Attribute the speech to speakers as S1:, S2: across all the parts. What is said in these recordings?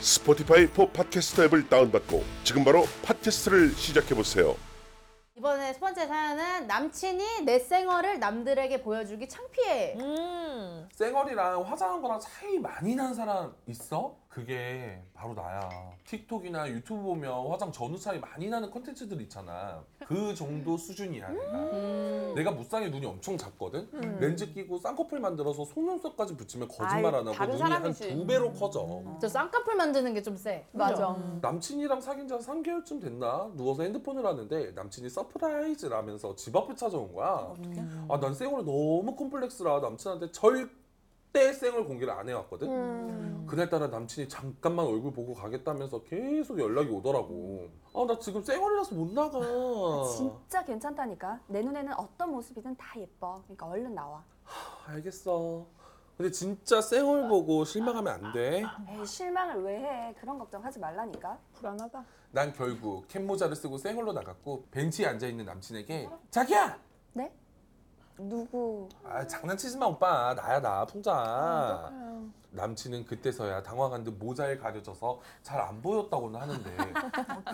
S1: 스포티파이 포 팟캐스터 앱을 다운받고 지금 바로 팟캐스트를 시작해 보세요.
S2: 이번에 첫 번째 사연은 남친이 내 생얼을 남들에게 보여주기 창피해.
S3: 쌩얼이랑 화장한 거랑 차이 많이 난 사람 있어? 그게 바로 나야. 틱톡이나 유튜브 보면 화장 전후 차이 많이 나는 콘텐츠들 있잖아. 그 정도 수준이야 내가.
S4: 음.
S3: 내가 무쌍의 눈이 엄청 작거든. 렌즈 끼고 쌍꺼풀 만들어서 속눈썹까지 붙이면 거짓말 안 하고
S4: 다른
S3: 눈이 한
S4: 사람이지. 음.
S3: 두 배로 커져.
S2: 저 쌍꺼풀 만드는 게 좀 세.
S3: 음. 남친이랑 사귄 지 한 3개월쯤 됐나? 누워서 핸드폰을 하는데 남친이 서프라이즈라면서 집 앞에 찾아온 거야. 아, 난 쌩얼이 너무 콤플렉스라 남친한테 절대 쌩얼 공개를 안 해왔거든. 그날따라 남친이 잠깐만 얼굴 보고 가겠다면서 계속 연락이 오더라고. 아, 나 지금 쌩얼이라서 못 나가. 어.
S5: 아, 진짜 괜찮다니까. 내 눈에는 어떤 모습이든 다 예뻐. 그러니까 얼른 나와.
S3: 알겠어. 근데 진짜 쌩얼 보고 실망하면 안 돼.
S6: 아.
S5: 에이, 실망을 왜 해? 그런 걱정하지 말라니까. 불안하다.
S3: 난 결국 캡모자를 쓰고 쌩얼로 나갔고 벤치에 앉아있는 남친에게 자기야!
S5: 네? 누구?
S3: 아 장난치지 마 오빠 나야 나 풍자 남친은 그때서야 당황한 듯 모자에 가려져서 잘 안 보였다고는 하는데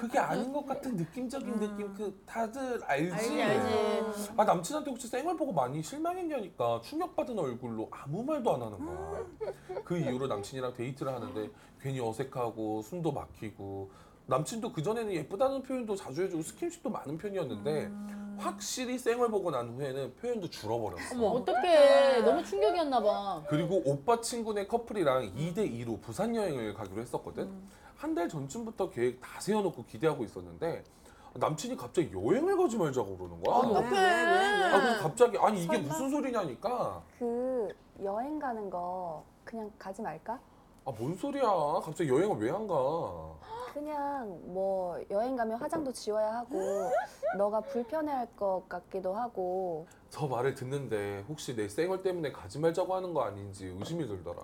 S3: 그게 아닌 것 같은 느낌적인 느낌 그 다들 알지?
S2: 알지.
S3: 아 남친한테 혹시 쌩얼 보고 많이 실망했냐니까 충격받은 얼굴로 아무 말도 안 하는 거야 그 이후로 남친이랑 데이트를 하는데 괜히 어색하고 숨도 막히고 남친도 그전에는 예쁘다는 표현도 자주 해주고 스킨십도 많은 편이었는데
S7: 음.
S3: 확실히 쌩얼 보고 난 후에는 표현도 줄어버렸어
S7: 어떡해. 너무 충격이었나 봐.
S3: 그리고 오빠 친구네 커플이랑 2대2로 부산 여행을 가기로 했었거든.
S7: 음.
S3: 한 달 전쯤부터 계획 다 세워놓고 기대하고 있었는데 남친이 갑자기 여행을 가지 말자고 그러는
S7: 아,
S3: 거야.
S2: 왜, 왜,
S3: 아, 그래서 갑자기 아니 이게 무슨 소리냐니까.
S5: 그 여행 가는 거 그냥 가지 말까?
S3: 아 뭔 소리야? 갑자기 여행을 왜 안 가?
S5: 그냥 뭐 여행 가면 화장도 지워야 하고 너가 불편해할 것 같기도 하고
S3: 저 말을 듣는데 혹시 내 쌩얼 때문에 가지 말자고 하는 거 아닌지 의심이 들더라.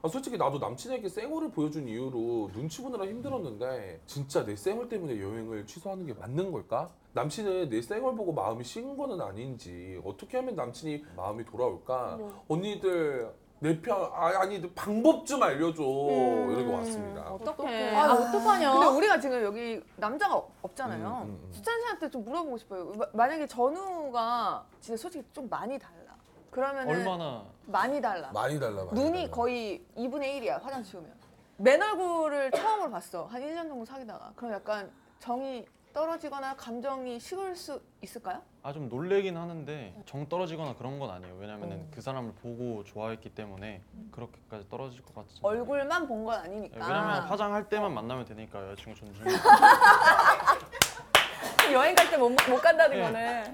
S3: 아, 솔직히 나도 남친에게 쌩얼을 보여준 이유로 눈치 보느라 힘들었는데 진짜 내 쌩얼 때문에 여행을 취소하는 게 맞는 걸까? 남친은 내 쌩얼 보고 마음이 식은 거는 아닌지 어떻게 하면 남친이 마음이 돌아올까? 언니들 내 편 아, 아니 방법 좀 알려줘 이러고 왔습니다.
S8: 음. 어떡해.
S2: 아, 어떡하냐.
S8: 근데 우리가 지금 여기 남자가 없- 없잖아요.
S3: 음, 음, 음.
S8: 수찬 씨한테 좀 물어보고 싶어요. 마- 만약에 전우가 진짜 솔직히 좀 많이 달라. 그러면은
S9: 얼마나
S8: 많이 달라.
S3: 많이 달라. 많이
S8: 눈이
S3: 달라.
S8: 거의 2분의 1이야 화장 지우면. 맨 얼굴을 처음으로 봤어. 한 1년 정도 사귀다가. 그럼 약간 정이 떨어지거나 감정이 식을 수 있을까요?
S9: 아 좀 놀래긴 하는데 정 떨어지거나 그런 건 아니에요. 왜냐면은
S8: 어.
S9: 그 사람을 보고 좋아했기 때문에 그렇게까지 떨어질 것 같지. 않아요.
S8: 얼굴만 본 건
S9: 네,
S8: 아니니까. 네,
S9: 왜냐면 화장할 때만 만나면 되니까 여자친구 존중해.
S10: 여행 갈 때 못 간다는
S9: 네.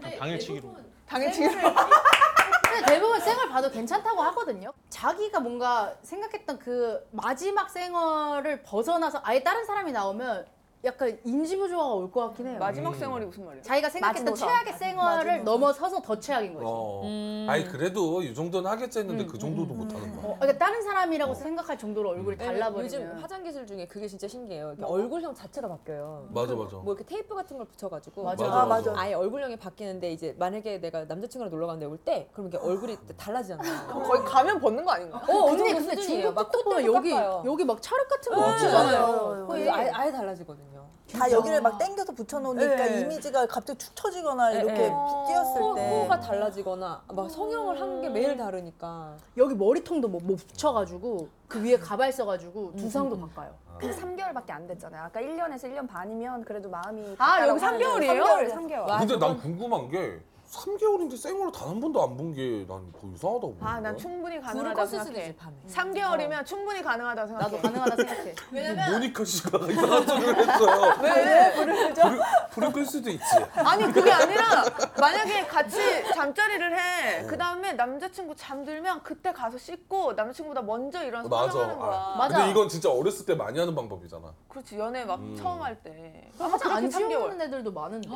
S10: 거는
S9: 당일치기로.
S8: 당연히
S7: 근데 대부분 쌩얼 봐도 괜찮다고 하거든요. 자기가 뭔가 생각했던 그 마지막 쌩얼을 벗어나서 아예 다른 사람이 나오면 약간 인지부조화가 올 것 같긴
S9: 음.
S7: 해요.
S8: 마지막 생활이 무슨 말이야?
S7: 자기가 생각했던
S5: 마지노선.
S7: 최악의 쌩얼을 넘어서서 더 최악인 거지.
S3: 어. 아니 그래도 이 정도는 하겠지 했는데
S7: 음,
S3: 그 정도도 못 하는 거야.
S7: 어, 그러니까 다른 사람이라고 생각할 정도로 얼굴이
S10: 요즘
S7: 달라버리면
S10: 화장 기술 중에 그게 진짜 신기해요. 이렇게 얼굴형 자체가 바뀌어요.
S3: 맞아 맞아.
S10: 뭐 이렇게 테이프 같은 걸 붙여가지고
S7: 맞아.
S3: 맞아, 아, 맞아. 맞아.
S10: 아예 얼굴형이 바뀌는데 이제 만약에 내가 남자친구랑 놀러 갔는데 올 때 그럼 이게 얼굴이 달라지잖아요.
S8: 거의 가면 벗는 거 아닌가?
S10: 어
S7: 언니 근데 중국
S10: 막
S7: 또 보면 여기 여기 막 찰흙 같은 거
S3: 맞아.
S7: 붙이잖아요.
S8: 네.
S10: 거의 아예, 아예 달라지거든요.
S6: 다 여기를 막 땡겨서 붙여놓으니까 이미지가 갑자기 축 처지거나
S10: 네,
S6: 이렇게
S10: 네.
S8: 어.
S6: 뛰었을 때
S10: 코가 달라지거나 막 성형을 한 게 매일 다르니까.
S7: 여기 머리통도 뭐, 뭐 붙여가지고 그 위에 가발 써가지고 두상도 바꿔요.
S5: 그 3개월밖에 안 됐잖아요. 아까 1년에서 1년 반이면 그래도 마음이
S8: 아, 여기
S5: 갔다라고 하는데
S8: 3개월이에요?
S5: 3개월, 3개월.
S3: 근데 난 궁금한 게 3개월인데 생얼을 단 한 번도 안 본 게 난 더 이상하다고
S8: 아, 난
S3: 보는데.
S8: 충분히
S6: 거
S8: 가능하다고
S6: 수술이지,
S8: 생각해. 3개월이면 충분히 가능하다고 생각해. 나도
S7: 가능하다 생각해.
S8: 왜냐면
S3: 모니카 씨가 이상한 소리를 했어요.
S8: 왜?
S3: 불을 끄죠? 불을 끌 수도 있지.
S8: 아니 그게 아니라 만약에 같이 잠자리를 해. 그 다음에 남자친구 잠들면 그때 가서 씻고 남자친구보다 먼저 일어나서
S3: 맞아.
S8: 화장하는 거야.
S3: 아, 근데 이건 진짜 어렸을 때 많이 하는 방법이잖아.
S8: 그렇지 연애 막
S3: 음.
S8: 처음 할 때.
S7: 화장 안 지우는
S8: 개
S7: 애들도 많은데.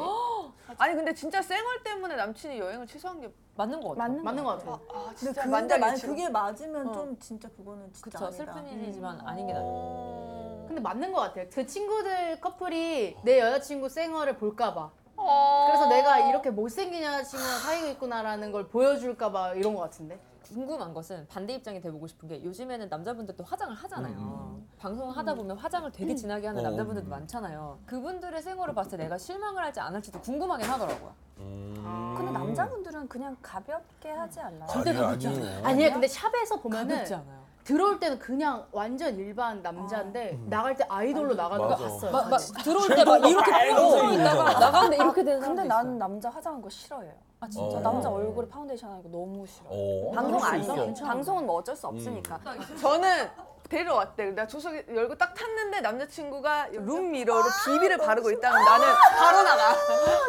S8: 아니 근데 진짜 쌩얼 때문에 남친이 여행을 취소한 게 맞는 거 같아.
S7: 맞는 맞는 것 같아.
S8: 아, 진짜 어.
S6: 근데
S8: 만약에
S6: 근데 만
S8: 지금-
S6: 그게 맞으면 좀 진짜 그거는 진짜
S7: 그쵸,
S6: 아니다.
S7: 슬픈
S10: 일이지만 아닌 게
S7: 근데 맞는 것 같아요. 그 친구들
S3: 어.
S7: 커플이 내 여자친구 생얼을 볼까봐.
S8: 어.
S7: 그래서 내가 이렇게 못생기냐 친구랑 사귀고 있구나라는 걸 보여줄까봐 이런 것 같은데.
S10: 궁금한 것은 반대 입장이 돼보고 싶은 게 요즘에는 남자분들도 화장을 하잖아요.
S5: 음,
S10: 방송을 하다 보면 화장을 되게 진하게 하는
S11: 어,
S10: 남자분들도 많잖아요. 그분들의 생얼을 봤을 때 내가 실망을 할지 안 할지도 궁금하긴 하더라고요.
S3: 음.
S10: 아,
S5: 근데 남자분들은 그냥 가볍게 하지 않나요?
S3: 어.
S7: 아니야, 근데 샵에서 보면은
S5: 가볍지
S7: 들어올 때는 그냥 완전 일반
S3: 아.
S7: 남자인데 음. 나갈 때 아이돌로 나가는 거
S5: 맞아.
S7: 봤어요.
S5: 마- 마-
S10: 들어올 때막 이렇게 뻗어 있다가 나가는데 이렇게 되는
S5: 근데
S10: 사람도
S5: 나는 남자 화장한 거 싫어해요. 아
S10: 진짜?
S5: 남자 얼굴에 파운데이션 하는 거 너무 싫어.
S3: 어,
S8: 그럴
S5: 방송
S8: 수
S5: 아니에요.
S8: 있어. 괜찮아.
S5: 방송은 뭐 어쩔 수 없으니까.
S8: 저는 데리러 왔대. 내가 조석 열고 딱 탔는데 남자친구가 아, 룸 미러로 비비를 바르고 있다면 나는 바로 나가.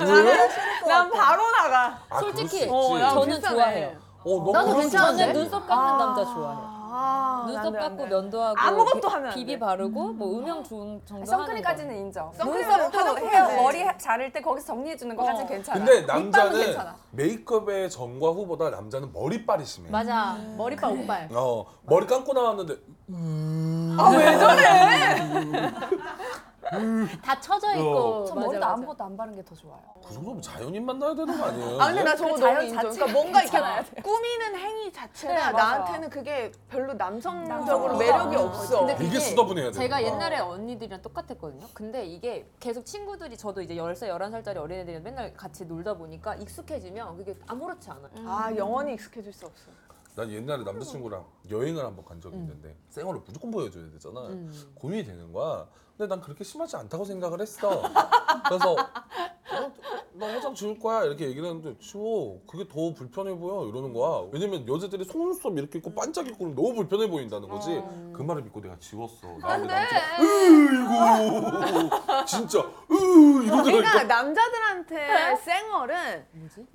S8: 나는 난 바로 아, 나가.
S3: 아, 그럴 수 있지.
S8: 어, 난
S10: 저는
S8: 비싸네.
S10: 좋아해요.
S3: 어, 너무 그럴 수
S10: 저는
S3: 있지.
S10: 눈썹 깎는 남자 좋아해요.
S8: 아,
S10: 눈썹 깎고 면도하고
S8: 아무것도
S10: 비-
S8: 하면 안
S10: 비비 바르고 뭐 음영 좋은 정도
S5: 선크림까지는 인정.
S10: 선크림은
S5: 눈썹도
S10: 화장품
S5: 헤어
S10: 해야지. 어.
S5: 머리 자를 때 거기서 정리해 주는 거까지 괜찮아.
S3: 근데
S5: 밑밥은
S3: 남자는
S5: 괜찮아.
S3: 메이크업의 전과 후보다 남자는 머리빨이 심해.
S7: 맞아. 머리빨
S8: 그
S7: 옷빨.
S3: 어, 머리 감고 나왔는데 음.
S8: 아, 왜
S7: 다 처져
S3: 어.
S7: 있고.
S5: 저
S7: 맞아,
S5: 머리도
S7: 맞아.
S5: 아무것도 안 바른 게 더 좋아요.
S3: 그 정도면 자연인 만나야 되는 거 아니에요?
S8: 아 근데 나 저거 너무
S5: 자연
S8: 인정. 그러니까
S5: 자체가
S8: 뭔가 이렇게
S5: 괜찮아야
S8: 꾸미는 행위
S5: 네,
S8: 자체가
S5: 맞아.
S8: 나한테는 그게 별로 남성적으로
S10: 남성적으로
S8: 매력이
S10: 어.
S8: 없어.
S10: 근데
S3: 이게 수다분해야 돼.
S10: 제가 옛날에 언니들이랑 똑같았거든요. 근데 이게 계속 친구들이 저도 이제 10살, 11살짜리 어린애들이랑 맨날 같이 놀다 보니까 익숙해지면 그게 아무렇지 않아요.
S8: 아 영원히 익숙해질 수 없어.
S3: 난 옛날에 남자친구랑 여행을 한 번 간 적이 있는데 생얼을 무조건 보여줘야 되잖아.
S10: 음.
S3: 고민이 되는 거야. 근데 난 그렇게 심하지 않다고 생각을 했어. 그래서 어, 나 화장 지울 거야 이렇게 얘기를 했는데 지워 그게 더 불편해 보여 이러는 거야. 왜냐면 여자들이 속눈썹 이렇게 있고 반짝이고 그러면 너무 불편해 보인다는 거지.
S7: 어.
S3: 그 말을 믿고 내가 지웠어.
S7: 아,
S3: 나한테
S7: 네.
S3: 남자가, 으이구 진짜
S7: 어,
S3: 으
S8: 그러니까
S3: 이러더라니까.
S8: 남자들한테 쌩얼은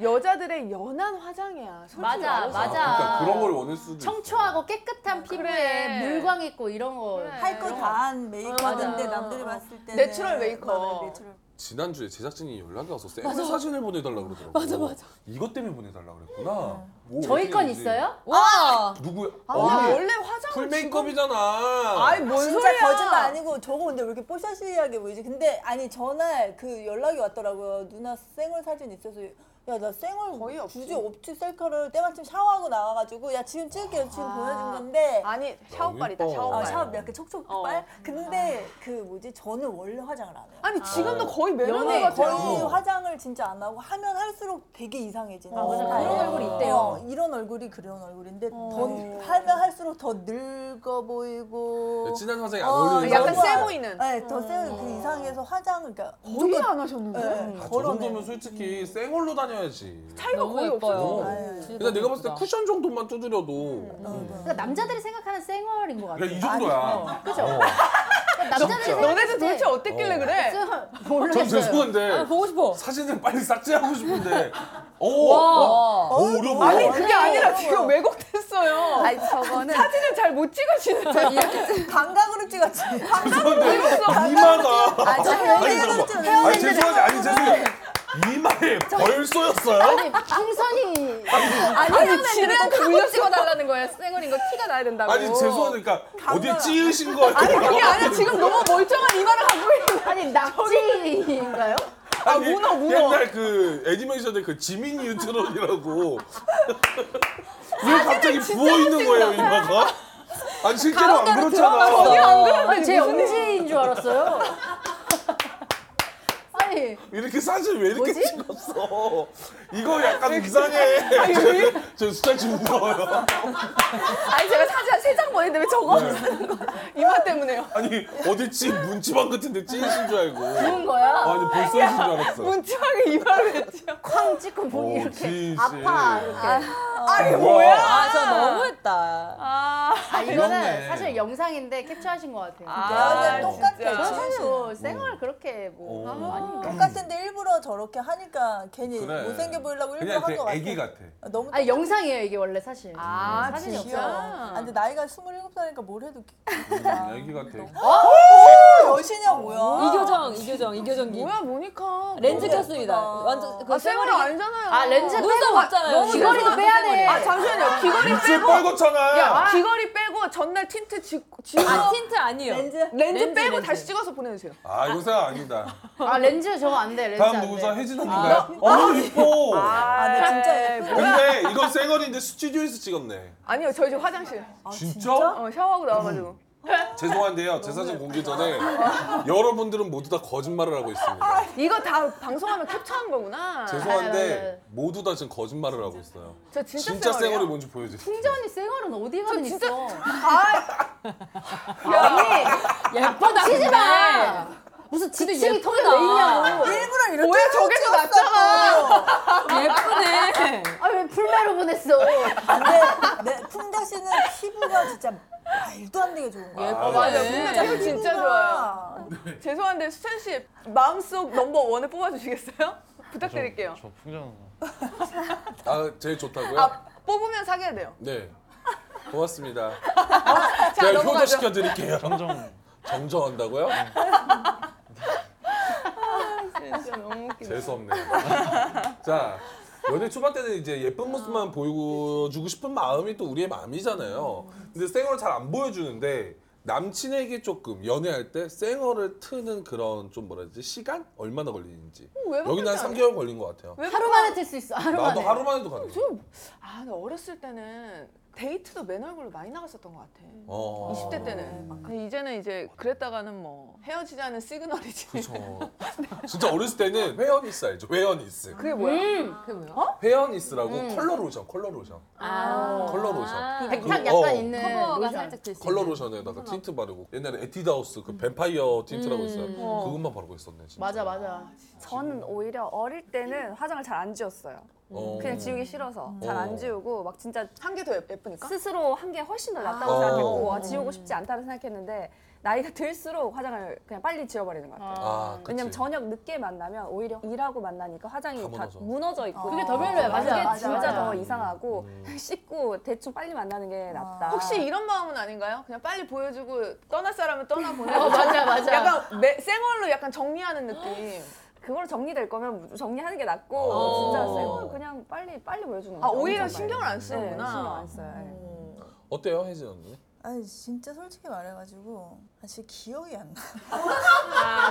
S8: 여자들의 연한 화장이야. 솔직히
S7: 맞아,
S8: 말해서.
S7: 맞아.
S3: 그러니까 그런 걸 원할 수도 있어.
S7: 청초하고 깨끗한 피부에 물광 있고 이런 거.
S6: 할 거 다 한 메이크업
S7: 맞아.
S6: 하는데 남들이 봤을 때는
S8: 네. 내추럴 메이크업.
S6: 맞아요, 내추럴.
S3: 지난주에 제작진이 연락이 와서 쌩얼
S6: 맞아.
S3: 사진을 보내달라 그러더라고. 맞아 맞아. 이것 때문에 보내달라 그랬구나. 뭐
S7: 저희
S3: 어떻게
S7: 건
S3: 되지?
S7: 있어요?
S8: 와!
S3: 누구야?
S6: 아,
S3: 언니.
S6: 원래 화장은
S3: 풀
S6: 지금-
S3: 메이크업이잖아.
S6: 진짜 거짓말 아니고 저거 근데 왜 이렇게 뽀샤시하게 보이지? 근데 아니 전날 그 연락이 왔더라고요. 누나 쌩얼 사진 있어서 야 나 쌩얼 거의 굳이 없지 셀카를 때마침 샤워하고 나와가지고 야 지금 찍을게요 지금
S5: 아.
S6: 보여준 건데
S8: 아니
S3: 어.
S8: 샤워빨이다, 너무 샤워빨.
S6: 아, 샤워 약간 촉촉빨? 근데 그 뭐지 저는 원래 화장을 안 해요.
S8: 아니 지금도 거의 매너
S6: 연애
S8: 같아요.
S6: 거의
S3: 어.
S6: 화장을 진짜 안 하고 하면 할수록 되게 이상해지는
S8: 아, 맞아.
S6: 스타일.
S8: 그런 얼굴이 있대요.
S6: 어, 이런 얼굴이 그런 얼굴인데
S10: 어.
S6: 더 하면 할수록 더 늙어 보이고
S3: 네, 진한 화장이 안
S8: 아,
S3: 어울리는
S6: 약간
S3: 사람들.
S6: 세 보이는 네, 더세 그 이상해서 화장을 그러니까 거의 안 하셨는데
S8: 음.
S3: 아, 저 정도면 솔직히 쌩얼로 다녀야지.
S8: 네. 차이가
S7: 거의
S3: 없어요.
S7: 아유, 진짜
S3: 그냥 내가
S7: 너무
S3: 봤을 때
S7: 예쁘다.
S10: 음.
S3: 쿠션 정도만 두드려도
S7: 그러니까 남자들이 생각하는 쌩얼인 것 같아요.
S3: 그래, 이 정도야.
S7: 아니, 어, 그죠?
S3: 어.
S7: 그러니까 남자들이
S8: 어.
S3: 진짜.
S7: 생각할
S3: 너네들
S7: 때
S3: 도대체 어땠길래 그래?
S7: 쌩얼
S3: 전
S7: 모르겠어요.
S3: 죄송한데
S10: 보고 싶어.
S3: 사진을 빨리 삭제하고 싶은데. 오,
S8: 와.
S3: 오, 어려워.
S8: 아니 그게 아니라 지금 왜곡됐어요.
S5: 아니, 저거는-
S8: 사진을 잘 못 찍으시는
S5: 저 이렇게
S8: 어.
S6: 감각으로 찍었지.
S8: 아,
S3: 죄송한데 이마가.
S6: 아, 저 헤어진
S3: 잠깐만.
S6: 거죠.
S3: 아니
S6: 헤어진
S3: 죄송한데 아니 죄송해요. 이마에 벌써였어요?
S7: 풍선이
S3: 아니,
S5: 지는 갖고 찍어달라는 거예요. 쌩얼인 거 티가 나야 된다고.
S3: 아니 죄송하니까 어디에 찌으신 거예요?
S5: 아니, 그게 아니라 지금 너무
S8: 멀쩡한 이마를 갖고
S7: 있는 아니 낙지인가요?
S3: 아 문어 문어 옛날 그 애니메이션의 그 지민 뉴트론이라고 왜 갑자기 부어 있는 거예요 이마가? 아니 실제로 안
S7: 가운데로
S3: 그렇잖아.
S7: 들어가서. 아니, 제
S8: 무슨
S7: 영지인 줄 알았어요. 아니 아니
S3: 이렇게 사진 왜 이렇게
S7: 뭐지?
S3: 찍었어? 이거 약간
S7: 아니,
S3: 이상해. 저 숫자 좀 무서워요.
S8: 아니 제가 사진 한 세 장 보냈는데 왜 저거 쓰는 거 네. 이마 때문에요.
S3: 아니 어딨지? 문지방 같은데 찌으신 줄 알고.
S8: 부은 거야?
S3: 아니 벌써 이신 줄 알았어.
S8: 문지방에 이마를 했죠.
S7: 쾅 찍고
S3: 어,
S7: 보기 이렇게
S3: 지지.
S7: 아파 이렇게.
S3: 아니, 뭐야?
S10: 아, 저 너무했다. 아,
S7: 아, 이거는
S3: 귀엽네.
S7: 사실 영상인데 캡처하신 것 같아요.
S6: 아, 똑같아. 진짜.
S8: 그렇죠.
S7: 저는 사실 뭐
S6: 음.
S7: 쌩얼 그렇게 뭐 아니
S6: 똑같은데 일부러 저렇게 하니까 괜히
S3: 그래.
S6: 못생겨 보이려고 일부러
S3: 그냥
S6: 한 거
S3: 그
S6: 같아.
S3: 애기 같아.
S6: 아, 너무
S7: 아니 영상이에요 이게 원래 사실.
S6: 아,
S7: 사진이
S6: 진짜?
S7: 없어요.
S6: 아, 근데 나이가 27살이니까 뭘 해도 어,
S3: 음, 애기 같아.
S6: 오! 여신이야 뭐야?
S10: 이교정, 이교정, 이교정 기
S8: 어. 뭐야 모니카.
S10: 렌즈 꼈습니다. 완전
S8: 아 쌩얼이 아, 아니잖아요.
S10: 아, 렌즈 빼고 왔잖아요.
S8: 너무
S10: 귀걸이도
S8: 죄송한데.
S10: 빼야 돼.
S8: 아 잠시만요. 귀걸이
S3: 입술
S8: 빼고.
S3: 빨갛잖아.
S8: 야 귀걸이 빼고 전날 틴트 지, 지우고
S10: 아, 틴트 아니에요.
S6: 렌즈?
S8: 렌즈,
S10: 렌즈,
S8: 빼고
S10: 렌즈.
S8: 다시 찍어서 보내주세요.
S3: 아 이거 생각 아니다.
S7: 아 렌즈 저거 안 돼. 렌즈
S3: 다음
S7: 안
S3: 누구죠?
S7: 돼.
S3: 혜진 언니인가요? 어우 이뻐.
S8: 아,
S6: 근데 네, 진짜 예쁘다.
S3: 근데 이건 쌩얼인데 스튜디오에서 찍었네.
S8: 아니요 저희 지금 화장실.
S3: 진짜?
S8: 어 샤워하고 나와가지고.
S3: 죄송한데요. 제 사진 공개 전에 여러분들은 모두 다 거짓말을 하고 있습니다.
S8: 이거 다 방송하면 캡처한 거구나.
S7: 아, 네, 네,
S3: 죄송한데 모두 다 지금 거짓말을 하고 있어요.
S8: 저 진짜,
S3: 진짜 쌩얼이 뭐-
S8: 쌩얼이에요.
S3: 뭔지 보여주세요.
S7: 풍자 언니 쌩얼은 어디 가든
S8: 진짜-
S7: 있어.
S10: 예쁘다. 치지 마. 무슨
S7: 지층이 털이 왜 있냐고.
S6: 일부러 이렇게
S8: 뭐야, 저게 더 낫잖아.
S10: 예쁘네.
S7: 아왜 풀메로 보냈어.
S6: 근데 내 아, 네, 풍자 씨는 피부가 진짜 말도 안 되게 좋은 거야.
S3: 아,
S8: 맞아
S10: 네.
S8: 문자 이거 진짜 좋아요.
S6: 좋아요.
S8: 죄송한데 수찬 씨 마음속 넘버 원을 뽑아주시겠어요? 부탁드릴게요.
S9: 저, 저 풍자 누나.
S3: 아, 제일 좋다고요?
S8: 아 뽑으면 사귀어야 돼요.
S3: 네. 고맙습니다.
S8: 아, 자
S3: 제가 효도
S8: 넘어가죠.
S3: 시켜드릴게요.
S9: 정정.
S3: 정정한다고요?
S8: 진짜 너무 웃기다.
S3: 재수없네요. 자, 연애 초반 때는 이제 예쁜
S8: 아.
S3: 모습만 보여주고 싶은 마음이 또 우리의 마음이잖아요. 근데 쌩얼을 잘 안 보여주는데 남친에게 조금 연애할 때 쌩얼을 트는 그런 좀 뭐라 해야 되지? 시간? 얼마나 걸리는지.
S8: 왜
S3: 여기는 한 3개월 걸린 것 같아요.
S7: 하루 만에 뜰 수 있어. 하루
S3: 나도
S7: 만에.
S3: 하루만 해도 가능.
S8: 아, 나 어렸을 때는 데이트도 맨 얼굴로 많이 나갔었던 것 같아.
S6: 음.
S3: 어.
S8: 20대 때는. 근데 이제는 이제 그랬다가는 뭐 헤어지자는 시그널이지.
S6: 그렇죠.
S3: 그쵸.
S8: 네.
S3: 진짜 어렸을 때는 회원이스 알죠? 회원이스.
S8: 그게 뭐야?
S10: 그게 뭐야?
S3: 회원이스라고 컬러 로션, 컬러 로션.
S10: 아,
S3: 컬러 로션.
S7: 백탁
S3: 어.
S7: 그 약간 있는
S10: 커버가
S7: 로션.
S10: 살짝 들
S3: 컬러 로션에다가 틴트 바르고 옛날에 에뛰드하우스 그 뱀파이어 틴트라고 있어요. 그것만 바르고 있었네 진짜.
S7: 맞아 맞아.
S5: 저는 오히려 어릴 때는 화장을 잘 안 지웠어요.
S3: 어.
S5: 음, 그냥 지우기 싫어서 잘
S3: 어.
S5: 안 지우고 막 진짜
S8: 한 개 더 예쁘니까?
S5: 스스로 한 게 훨씬 더 낫다고
S3: 아.
S5: 생각했고
S3: 어.
S5: 아, 지우고 싶지 않다고 생각했는데 나이가 들수록 화장을 그냥 빨리 지워버리는 것 같아요.
S3: 아, 그치.
S5: 왜냐면 저녁 늦게 만나면 오히려 일하고 만나니까 화장이
S3: 다
S5: 다
S3: 무너져.
S5: 무너져 있고
S7: 그게 더 별로야. 맞아,
S5: 그게
S7: 맞아,
S5: 진짜
S7: 맞아.
S5: 더 이상하고
S3: 음.
S5: 씻고 대충 빨리 만나는 게 낫다.
S6: 아.
S8: 혹시 이런 마음은 아닌가요? 그냥 빨리 보여주고 떠날 사람은 떠나보내고
S7: 어, 맞아 맞아.
S8: 약간 매, 생얼로 약간 정리하는 느낌.
S5: 그걸 정리될 거면 정리하는 게 낫고
S3: 어.
S5: 진짜 쌩얼 그냥 빨리 빨리 보여주는 거.
S8: 아 오히려 신경을 안 쓰는구나. 음.
S5: 네, 신경 안 써요. 네.
S3: 어때요 혜진 언니?
S6: 아니 진짜 솔직히 말해가지고 사실 기억이 안 나.
S7: 아,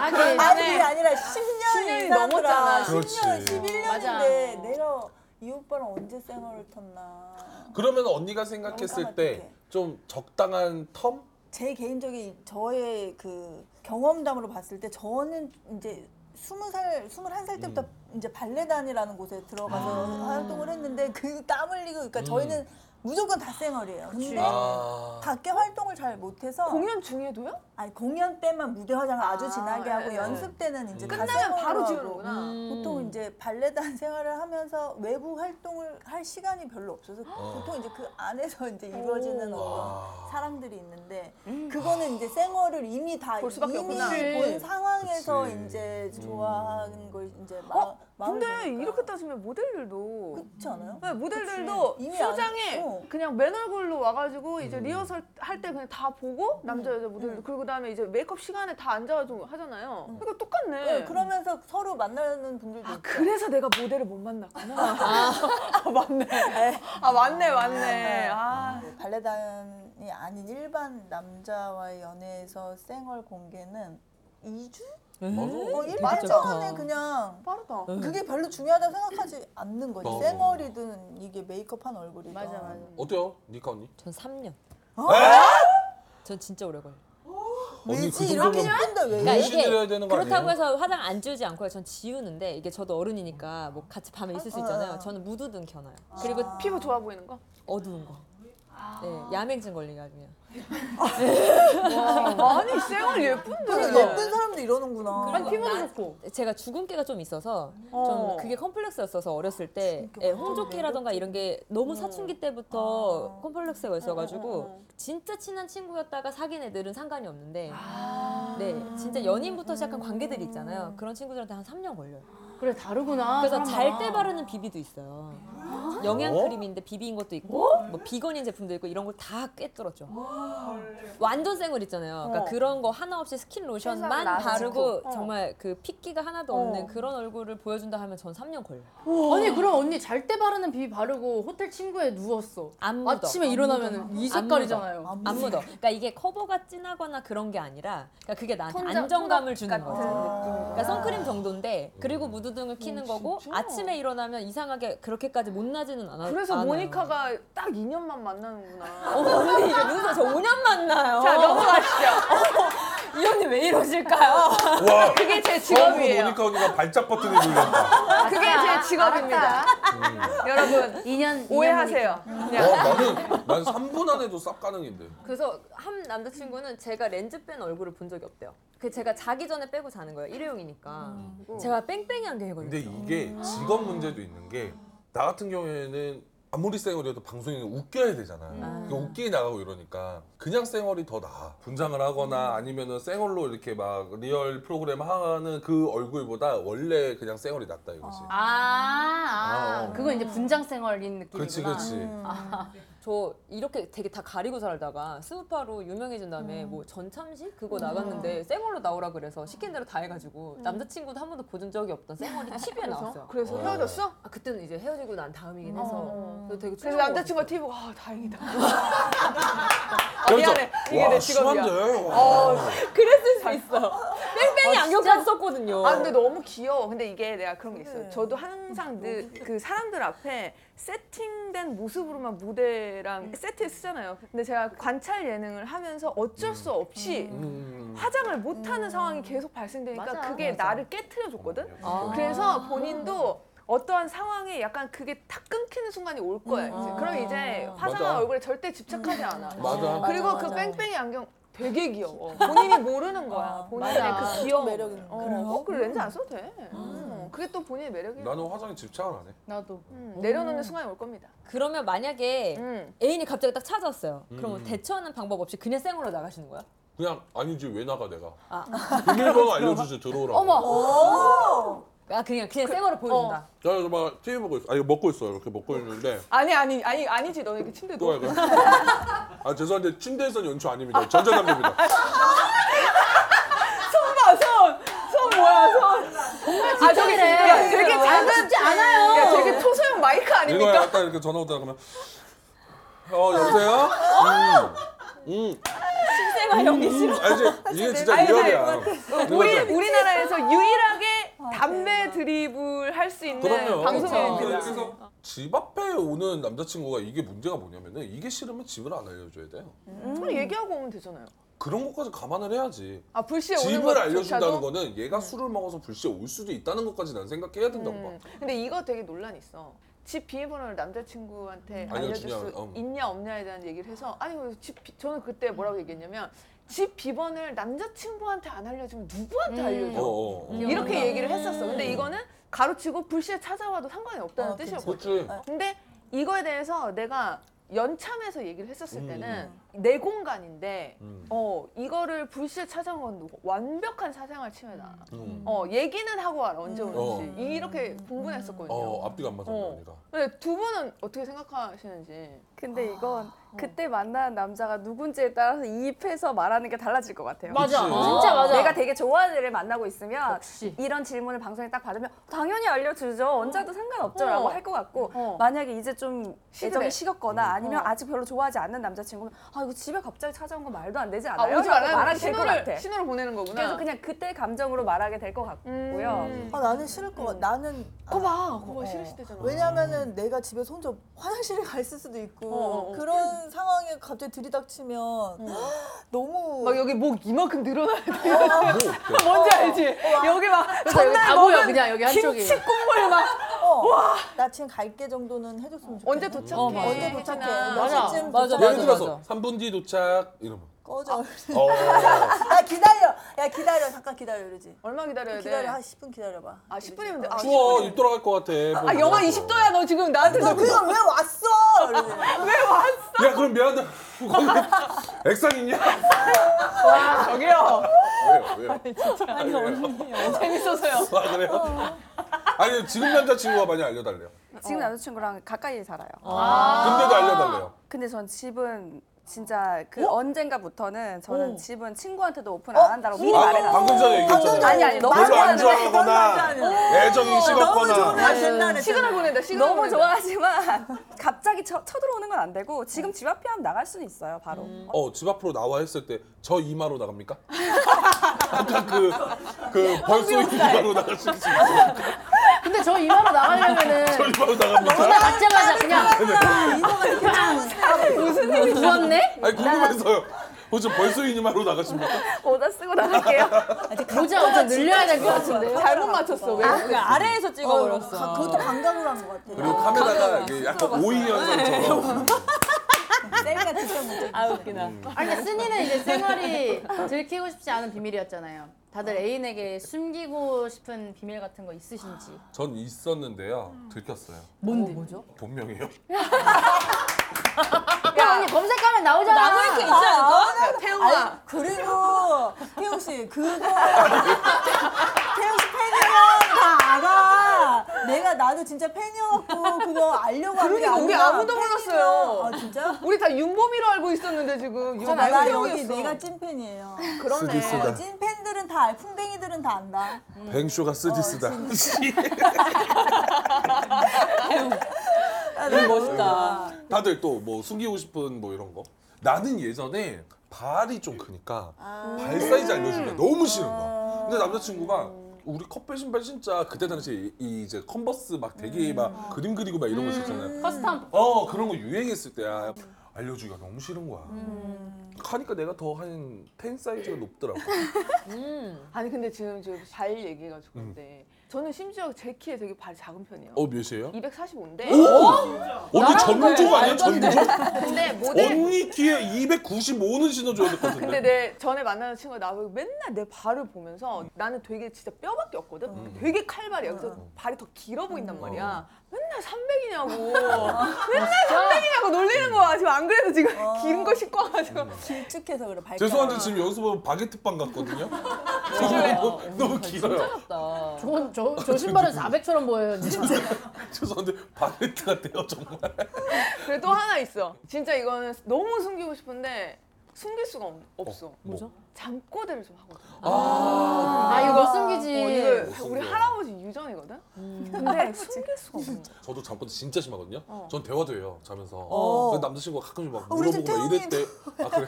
S7: 하긴.
S6: 아니 그게 아니라 10년이
S8: 네. 10년이 넘었잖아.
S6: 10년,
S3: 그렇지.
S6: 11년인데 내가 이 오빠랑 언제 생얼을 텄나.
S3: 그러면 언니가 생각했을
S6: 너무
S3: 때 좀 적당한 텀?
S6: 제 개인적인 저의 그 경험담으로 봤을 때 저는 이제 스무 살, 스물한 살 때부터
S3: 음.
S6: 이제 발레단이라는 곳에 들어가서 아, 활동을 했는데 그 땀 흘리고 그러니까 저희는 무조건 다 생얼이에요. 근데
S3: 아.
S6: 밖에 활동을 잘 못해서
S8: 공연 중에도요?
S6: 아니 공연 때만 무대 화장을 아, 주 진하게
S8: 예,
S6: 하고
S8: 예.
S3: 네.
S6: 연습 때는
S3: 음.
S6: 이제 다
S8: 끝나면
S6: 생얼로
S8: 바로
S6: 하고.
S8: 지우는구나.
S10: 음.
S6: 보통 이제 발레단 생활을 하면서 외부 활동을 할 시간이 별로 없어서
S3: 아.
S6: 보통 이제 그 안에서 이제 이루어지는 어떤 사랑들이 있는데 그거는 이제 생얼을 이미 다
S8: 볼 수밖에
S6: 이미
S8: 없구나.
S6: 본 상황에서
S3: 그치.
S6: 이제
S3: 음.
S6: 좋아하는 걸 이제 마,
S8: 어?
S6: 마음을
S8: 근데
S6: 먹으니까.
S8: 이렇게 따지면 모델들도
S6: 그렇지 않아요?
S8: 네, 모델들도
S6: 그치. 이미 안-
S8: 소장에
S6: 어.
S8: 그냥 맨 얼굴로 와가지고 이제 리허설 할 때 그냥 다 보고 남자 여자 모델들 그리고 그다음에 이제 메이크업 시간에 다 앉아가지고 하잖아요. 그러니까 똑같네.
S6: 네, 그러면서 서로 만나는 분들도
S11: 아.
S6: 있고
S8: 그래서 내가 모델을 못 만났구나. 아, 맞네. 아 맞네 맞네. 아.
S6: 발레단이 아닌 일반 남자와의 연애에서 생얼 공개는 2주?
S3: 맞아.
S6: 어, 1년 동안에 그냥
S8: 빠르다.
S6: 그게 별로 중요하다고 생각하지 않는 거지.
S3: 어.
S6: 생얼이든 이게 메이크업한 얼굴이든.
S7: 맞아 맞아.
S3: 어때요 니카 언니?
S10: 전 3년.
S6: 어?
S10: 전 진짜 오래 걸려.
S3: 언니 그
S6: 왜지?
S3: 정도면
S6: 이렇게 좀 한다, 왜?
S3: 보여드려야 되는 거
S10: 그러니까
S3: 아니에요?
S10: 그렇다고 해서 화장 안 지우지 않고요. 전 지우는데 이게 저도 어른이니까 뭐 같이 밤에 있을 수 있잖아요. 저는 무드등 켜놔요. 그리고
S8: 피부 좋아 보이는 거?
S10: 어두운 거. 네, 야맹증 걸리게 하면
S8: 아니 어, 쌩얼 예쁜데. 네.
S6: 예쁜 사람도 이러는구나.
S10: 좋고. 네. 제가 주근깨가 좀 있어서
S6: 어.
S10: 좀 그게 컴플렉스였어서 어렸을 때 예, 홍조캐라던가 이런 게 너무 사춘기 때부터 컴플렉스가 아. 있어가지고 진짜 친한 친구였다가 사귄 애들은 상관이 없는데 네 진짜 연인부터 시작한 관계들이 있잖아요. 그런 친구들한테 한 3년 걸려요.
S7: 그래 다르구나.
S10: 그래서 잘
S7: 사람마다.
S10: 때 바르는 비비도 있어요.
S7: 아.
S10: 영양 크림인데 비비인 것도 있고
S7: 어?
S10: 뭐 비건인 제품도 있고 이런 걸 다 꿰뚫었죠. 완전 쌩얼 있잖아요. 그러니까
S7: 어.
S10: 그런 거 하나 없이 스킨
S7: 세상에
S10: 로션만
S7: 나서
S10: 바르고
S7: 짓고. 어.
S10: 정말 그 핏기가 하나도 없는 그런 얼굴을 보여준다 하면 전 3년 걸려요.
S7: 아니 그럼 언니 잘 때 바르는 비비 바르고 호텔 친구에 누웠어.
S10: 안 묻어.
S7: 아침에 일어나면 이 색깔이잖아요.
S10: 안 묻어. 안 묻어. 그러니까 이게 커버가 진하거나 그런 게 아니라 그러니까 그게 나한테
S7: 톤적,
S10: 안정감을
S7: 톤업
S10: 주는
S6: 아.
S10: 거예요.
S7: 같은 어,
S10: 그러니까 선크림 정도인데 그리고 무드등을 키는 거고 아침에 일어나면 이상하게 그렇게까지 못 나지는 않아.
S8: 그래서
S10: 않아요.
S8: 모니카가 딱 2년만 만나는구나.
S10: 어, 언니 이제 무슨 소리야. 저 5년 만나요.
S8: 자, 넘어가시죠.
S10: 어, 이 언니 왜 이러실까요?
S3: 와.
S8: 그게 제
S3: 처음으로
S8: 직업이에요.
S3: 보니까 언니가 발작 버튼을 눌렀다.
S8: 어, 그게 제 직업입니다.
S10: 음.
S8: 여러분
S7: 2년
S8: 오해하세요.
S3: 와, 어, 나는 난 3분 안에도 싹 가능인데.
S10: 어. 그래서 한 남자친구는 제가 렌즈 뺀 얼굴을 본 적이 없대요. 그 제가 자기 전에 빼고 자는 거예요. 일회용이니까. 제가 뺑뺑이한 게 이거든요.
S3: 근데 이게 직업 문제도 있는 게 나 같은 경우에는 아무리 쌩얼이어도 방송에는 웃겨야 되잖아요.
S10: 음.
S3: 그러니까 웃기게 나가고 이러니까 그냥 쌩얼이 더 나아. 분장을 하거나 아니면은 쌩얼로 이렇게 막 리얼 프로그램 하는 그 얼굴보다 원래 그냥 쌩얼이 낫다 이거지.
S2: 아,
S7: 아,
S3: 아.
S7: 아 그건 이제 분장 생활인 느낌이구나.
S3: 그렇지, 그렇지.
S8: 음.
S10: 아, 저 이렇게 되게 다 가리고 살다가 스우파로 유명해진 다음에 뭐 전참시 그거 나갔는데 쌩얼로 나오라 그래서 시킨 대로 다 해가지고 남자친구도 한 번도 보준 적이 없던 쌩얼이 TV에
S8: 그래서?
S10: 나왔어요.
S8: 그래서 헤어졌어?
S10: 아, 그때는 이제 헤어지고 난 다음이긴 해서 그래서 되게
S8: 그래서
S10: 충격을
S8: 남자친구가 TV 보고 아 다행이다. 아,
S10: 그렇죠.
S8: 미안해. 이게
S10: 와,
S8: 내 직업이야.
S10: 심한데? 와.
S8: 어,
S10: 그랬을 수 있어. 뺑뺑이 안경까지 썼거든요.
S7: 어.
S8: 아 근데 너무 귀여워. 근데 이게 내가 그런 게
S7: 네.
S8: 있어요. 저도 항상 늘 그 사람들 앞에 세팅된 모습으로만 무대랑
S7: 음.
S8: 세트에 쓰잖아요. 근데 제가 관찰 예능을 하면서
S7: 음.
S8: 어쩔 수 없이
S3: 음.
S8: 화장을 못하는 상황이 계속 발생되니까
S7: 맞아.
S8: 그게
S7: 맞아.
S8: 나를 깨트려 줬거든.
S10: 음.
S7: 아.
S8: 그래서 본인도 어떠한 상황에 약간 그게 탁 끊기는 순간이 올 거야. 이제.
S7: 음.
S8: 그럼 이제 화장한
S7: 맞아.
S8: 얼굴에 절대 집착하지 않아.
S7: 맞아.
S8: 그리고
S7: 맞아,
S8: 그
S7: 맞아.
S8: 뺑뺑이 안경 되게 귀여워. 본인이 모르는 거야. 본인의
S7: 맞아.
S8: 그 귀여운
S7: 좀 매력 있는
S8: 어,
S7: 거. 그래요?
S8: 어, 그 렌즈 안 써도 돼. 어, 그게 또 본인의 매력이야.
S3: 나는 화장에 집착을 안 해.
S7: 나도.
S8: 음, 네. 내려놓는 순간이 올 겁니다.
S10: 그러면 만약에
S8: 음.
S10: 애인이 갑자기 딱 찾아왔어요. 그럼
S3: 음.
S10: 대처하는 방법 없이 그냥 쌩으로 나가시는 거야?
S3: 그냥 아니지 왜 나가 내가.
S10: 아.
S3: 비밀번호 알려주지 들어오라고.
S10: 어머. 아 그냥 그냥 쌩으로
S8: 어.
S10: 보여준다.
S3: 야, 저막 TV 보고 있어. 아니 먹고 있어요. 이렇게 먹고 있는데.
S8: 아니 아니 아니 아니지 너 이렇게 침대
S3: 또
S8: 누워.
S3: 해요. 아 죄송한데 침대에선 연초 아닙니다. 전자담배입니다.
S8: 손봐 손. 손 뭐야 손.
S7: 정말
S8: 아 저기
S7: 진짜이래.
S8: 야, 되게
S10: 어.
S7: 와,
S8: 작은
S7: 쉽지 않아요.
S8: 야, 되게 초소형 마이크
S3: 이거야
S8: 아닙니까?
S3: 아까 이렇게 전화 오다 그러면 어 여보세요? 음. 음.
S10: 신생아 연기 싫어.
S3: 알지? 이게 진짜
S8: 아니, 근데
S3: 리얼이야.
S8: 우리
S3: 이거죠?
S8: 우리나라에서 유일하게 담배 드립을 할 수 있는
S3: 그럼요.
S8: 네,
S3: 아,
S8: 방송입니다.
S3: 그래서 집 앞에 오는 남자친구가 이게 문제가 뭐냐면은 이게 싫으면 집을 안 알려줘야 돼요.
S8: 그럼 음. 얘기하고 오면 되잖아요.
S3: 그런 것까지 감안을 해야지.
S8: 아 불시에 오는
S3: 집을
S8: 것조차도?
S3: 알려준다는 거는 얘가
S8: 네.
S3: 술을 먹어서 불시에 올 수도 있다는 것까지 난 생각해야 된다고 봐.
S8: 음. 근데 이거 되게 논란 이 있어. 집 비밀번호를 남자친구한테 알려줄
S3: 알려주냐,
S8: 수
S3: 음.
S8: 있냐 없냐에 대한 얘기를 해서 아니 그집 비- 저는 그때 뭐라고 얘기했냐면 집 비번을 남자친구한테 안 알려주면 누구한테
S3: 음.
S8: 알려줘
S3: 어, 어, 어.
S8: 이렇게
S3: 음.
S8: 얘기를 했었어. 근데 이거는 가로치고 불시에 찾아와도 상관이 없다는
S3: 아,
S8: 뜻이었거든.
S3: 그치.
S8: 근데 이거에 대해서 내가 연참에서 얘기를 했었을
S3: 음.
S8: 때는 내 공간인데
S3: 음.
S8: 어 이거를 불시에 찾아온 건 누구? 완벽한 사생활 침해다.
S3: 음.
S8: 어 얘기는 하고 와라 언제
S3: 음.
S8: 오는지
S6: 어.
S8: 이렇게 분분했었거든요.
S3: 어 앞뒤가 안 맞아.
S8: 어. 근데 두 분은 어떻게 생각하시는지.
S11: 근데
S6: 아.
S11: 이건
S6: 음.
S11: 그때 만난 남자가 누군지에 따라서 이입해서 말하는 게 달라질 것 같아요.
S7: 맞아. 그치.
S3: 뭐
S7: 진짜 맞아.
S11: 내가 되게 좋아하는 애를 만나고 있으면 이런 질문을 방송에 딱 받으면 당연히 알려주죠. 언제도 상관없죠라고
S7: 어.
S11: 뭐, 할 것 같고 만약에 이제 좀 애정이
S6: 음.
S7: 시들해.
S6: 어.
S11: 식었거나 아니면 아직 별로 좋아하지 않는 남자친구면 아 이거 집에 갑자기 찾아온 거 말도 안 되지
S8: 아,
S11: 않아요?
S8: 오지
S11: 라고
S8: 말라는
S11: 말하게 될 것
S8: 신호를-
S11: 같아.
S8: 신호를 보내는 거구나. 음.
S11: 그래서 그냥 그때 감정으로 말하게 될 것 같고요. 어.
S6: 아 나는 싫을 것 같아. 나는
S8: 거봐,
S6: 그거
S8: 싫으시대잖아.
S6: 왜냐면은 내가 집에 혼자 화장실에 가 있을 수도 있고
S8: 어, 어.
S6: 그런 상황에 갑자기 들이닥치면 너무
S8: 막 여기 목 이만큼 늘어나야 돼.
S6: 어.
S8: 뭔지 알지?
S6: 어.
S8: 여기 막
S6: 그래서 여기
S8: 전날
S6: 다 보여,
S8: 먹은
S6: 그냥 여기 한쪽이.
S8: 김치 국물 막
S6: 와. 나 지금 갈게 정도는 해줬으면 좋겠어.
S8: 언제 도착해?
S6: 어, 맞아. 언제 도착해? 몇 시쯤
S3: 예를
S6: 도착해?
S3: 들어서 3분 뒤 도착 이러면
S6: 꺼져.
S3: 어.
S6: 야 기다려. 야 기다려. 잠깐 기다려 이러지.
S8: 얼마 기다려야 돼?
S6: 기다려. 한 10분 기다려봐.
S8: 아 10분이면 돼. 아,
S3: 추워 입 돌아갈 것 같아. 뭐
S8: 아 영하 20도야 너 지금 나한테
S6: 너
S8: 자꾸-
S6: 그걸 왜 왔어? 이러지.
S8: 왜 왔어?
S3: 야 그럼 미안해. 거기 액상 있냐?
S8: 와 저기요.
S3: 왜요 왜요?
S8: 진짜
S3: 아니,
S8: 언니요. 재밌어서요.
S3: 아 그래요? 아니 지금 남자친구가 많이 알려달래요.
S11: 지금 남자친구랑 가까이 살아요.
S6: 어.
S3: 근데도 알려달래요.
S11: 근데 전 집은 진짜 그
S6: 어?
S11: 언젠가부터는 저는
S6: 오.
S11: 집은 친구한테도 오픈 안 한다고 미리
S3: 아,
S11: 말해놨어요.
S3: 방금 전에 얘기했잖아요.
S11: 아니 아니 너무
S3: 별로 안
S11: 좋아하는데
S3: 좋아하거나 애정이 식었거나
S11: 시그널 보낸다. 시그널 너무 좋아하지만 갑자기 쳐, 쳐들어오는 건 안 되고 지금 집 앞이 하면 나갈 수는 있어요. 바로.
S3: 어 집 앞으로 나와 했을 때 저 이마로 나갑니까? 약간 그, 그그 벌써 이마로 나갈 수 있습니까?
S7: 근데 저 이마로 나가려면은
S3: 저 이마로
S2: 아,
S3: 나갑니까?
S7: 받자마자 그냥
S11: 무슨
S7: 일이 부었네?
S3: 아니 궁금해서요. 혹시 벌써 이마로 나가십니까?
S11: 모자 쓰고 나갈게요.
S7: 모자 엄청 늘려야 될 것 같은데요?
S8: 잘못 맞췄어. 왜?
S7: 그냥 아래에서 찍어버렸어.
S6: 가- 그것도
S10: 뭐
S6: 감각으로 한 것 같아.
S3: 그리고 카메라가 이게 약간 오이 현상처럼
S6: 내가 진짜 못해.
S7: 아 웃기나. 아니 근데 쓰니는 이제 생활이 들키고 싶지 않은 비밀이었잖아요. 다들 애인에게 숨기고 싶은 비밀 같은 거 있으신지.
S3: 전 있었는데요. 들켰어요.
S7: 뭔데? 뭐죠?
S3: 본명이요.
S7: 야 그러니까 언니 검색하면 나오잖아.
S8: 나무 이렇게 있지 않을까?
S6: 아,
S8: 야, 태웅아.
S6: 아니, 그리고 태웅 씨 그거 태웅 씨 팬이면 다 알아. 내가 나도 진짜 팬이었고 그거 알려고 하는 게
S8: 그러니까 우리
S6: 아니라
S8: 아무도 몰랐어요.
S6: 팬이면- 아 진짜?
S8: 우리 다 윤보미로 알고 있었는데 지금 이거
S6: 나, 나
S8: 말고
S6: 여기
S8: 태웅이었어.
S6: 내가 찐팬이에요.
S3: 쓰디 쓰다.
S6: 어, 찐팬들은 다 알, 풍뎅이들은 다 안다.
S3: 뱅쇼가 쓰디쓰다.
S7: 아, 멋있다.
S3: 다들 또 뭐 숨기고 싶은 뭐 이런 거? 나는 예전에 발이 좀 크니까
S7: 아.
S3: 발 사이즈 알려주는 게 너무 싫은 거야. 근데 남자친구가 우리 커플 신발 진짜 그때 당시에 이- 이 이제 컨버스 막 되게
S7: 음.
S3: 막 그림 그리고 막 이런 거 있었잖아요.
S7: 커스텀.
S3: 어 그런 거 유행했을 때야 아, 알려주기가 너무 싫은 거야.
S7: 음.
S3: 하니까 내가 더 한 10 사이즈가 높더라고.
S10: 음.
S8: 아니 근데 지금 저발 얘기해가지고 근데 저는 심지어 제 키에 되게 발이 작은 편이에요.
S3: 어 몇이에요?
S8: 245인데. 어?
S7: 어?
S3: 오! 언니 전문조가 아니야 전문조?
S8: 근데 모델.
S3: 언니 키에 295는 신어줘야 될 것 같은데.
S8: 근데 내 전에 만나는 친구가 나보고 맨날 내 발을 보면서 나는 되게 진짜 뼈밖에 없거든.
S3: 음.
S8: 되게 칼발이야. 그래서 발이 더 길어 보인단 말이야. 맨날 300이냐고. 맨날 300이냐고 놀리는 거야. 지금 안 그래도 지금 긴 거 신고
S3: 음.
S8: 와가지고.
S6: 길쭉해서 그래 발가락.
S3: 죄송한데 지금 여기서 바게트빵 같거든요. 죄송해요. 너무, 길어요.
S7: 저건 저, 저 신발은 400처럼 보여요. 진짜.
S3: 죄송한데 바게트 같아요 정말.
S8: 그리고 또 하나 있어. 진짜 이거는 너무 숨기고 싶은데 숨길 수가 없, 없어.
S3: 뭐죠?
S8: 잠꼬대를 좀 하거든.
S7: 아 이거 못 숨기지. 음.
S8: 어, 이거
S3: 숨겨.
S8: 우리 할아버지 유전이거든. 근데 숨길 수가 없는 거야.
S3: 저도 잠꼬대 진짜 심하거든요.
S8: 어.
S3: 전 대화도 해요 자면서.
S6: 어.
S3: 근데 남자친구가 가끔씩 막
S6: 우리 집
S3: 물어보고 막 이럴 때. 아 그래?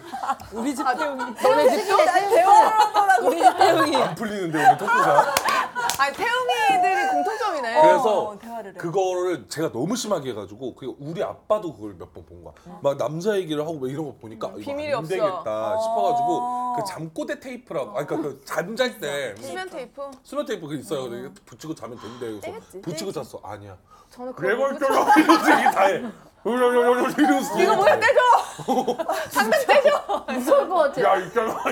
S8: 우리 집
S6: 아,
S8: 태웅이.
S7: 너네 집 태웅. 우리 집 태웅이.
S3: 안 풀리는데 오늘 토크가.
S8: 아니 태웅이들이 공통점이네.
S3: 그래서
S6: 대화를 해.
S3: 그거를 제가 너무 심하게 해가지고 그 우리 아빠도 그걸 몇 번 본 거야. 막 남자 얘기를 하고 막 이런 거 보니까 이거
S8: 비밀이
S3: 안
S8: 없어.
S3: 되겠다
S6: 어.
S3: 싶어가지고 그 잠꼬대 테이프라고. 아니 그러니까 그 잠잘 때.
S8: 수면 테이프.
S3: 수면 테이프 그 있어요. 이게 붙이고 자면 된대. 그래서 붙이고 잤어. 아니야.
S8: 저는 그거 못
S3: 개발자라 이러면서 이게 다 해. 으려려려려 이러면서
S8: 이거 뭐야 떼줘. 당장 떼줘.
S7: 무서울 것 같아.
S3: 야 있잖아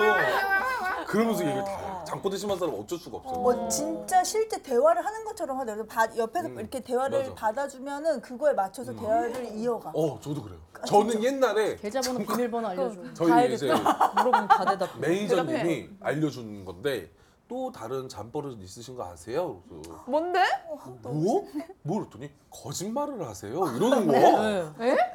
S3: 이러면서 그러면서 이걸 다 해. 잠꼬대 심한 사람 은 어쩔 수가 없어요.
S6: 뭐 어. 진짜 실제 대화를 하는 것처럼 하다. 그래서 바- 옆에서
S3: 음,
S6: 이렇게 대화를
S3: 맞아. 음.
S6: 받아주면은 그거에 맞춰서 대화를 이어가. 아,
S3: 어 저도 그래요. 저는 옛날에
S7: 계좌번호 비밀번호
S8: 어,
S7: 알려줘.
S3: 저희 이제
S10: 물어보면 다 대답.
S3: 매니저님이 알려준 건데 또 다른 잠버릇 있으신 거 아세요? 그래서
S8: 뭔데?
S7: 어,
S3: 뭐? 뭐 그랬더니 거짓말을 하세요
S7: 아,
S3: 이러는
S7: 네.
S3: 거야.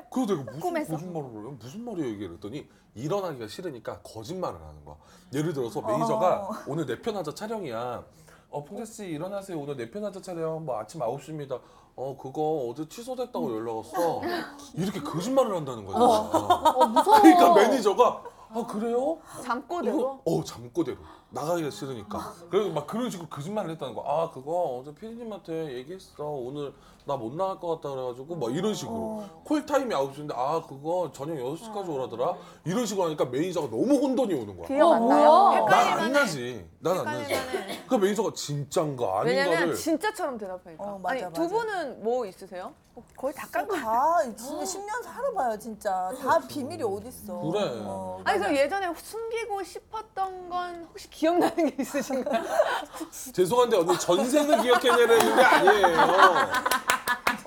S3: 그래서 내가 무슨 거짓말을 해요? 무슨 말이에요 이게 그랬더니
S7: 어.
S3: 일어나기가 싫으니까 거짓말을 하는 거야. 예를 들어서 매니저가 오늘 내 편 하자 촬영이야. 어, 풍재 씨 일어나세요. 오늘 내 편하자 촬영 뭐 아침 9시입니다. 어, 그거 어제
S7: 음.
S3: 취소됐다고 연락 왔어. 이렇게 거짓말을 한다는 거야.
S7: 어. 무서워.
S3: 그러니까 매니저가 아, 그래요?
S8: 잠꼬대로?
S3: 어 잠꼬대로 나가기가 싫으니까 그래서 막 그런 식으로 거짓말을 했다는 거야 아 그거 어제 피디님한테 얘기했어 오늘 나 못 나갈 것 같다 그래가지고 막 이런 식으로 콜타임이 9시인데 아 그거 저녁 6시까지 오라더라 이런 식으로 하니까 매니저가 너무 혼돈이 오는 거야
S7: 어,
S8: 기억 안 나요?
S3: 난
S8: 헷갈릴만해.
S3: 안 나지 난 안 나지 그 매니저가 진짠가
S8: 왜냐면
S3: 아닌가를
S8: 진짜처럼 대답하니까.
S7: 어,
S8: 아니 두 분은 뭐 있으세요? 거의 다 깐 거.
S6: 다 진짜 10년 살아봐요 진짜 다 비밀이 어딨어
S3: 그래
S8: 아니 그럼 예전에 숨기고 싶었던 건 혹시 기억나는 게 있으신가요?
S3: 죄송한데 언니 전생을 기억해내라는 게 아니에요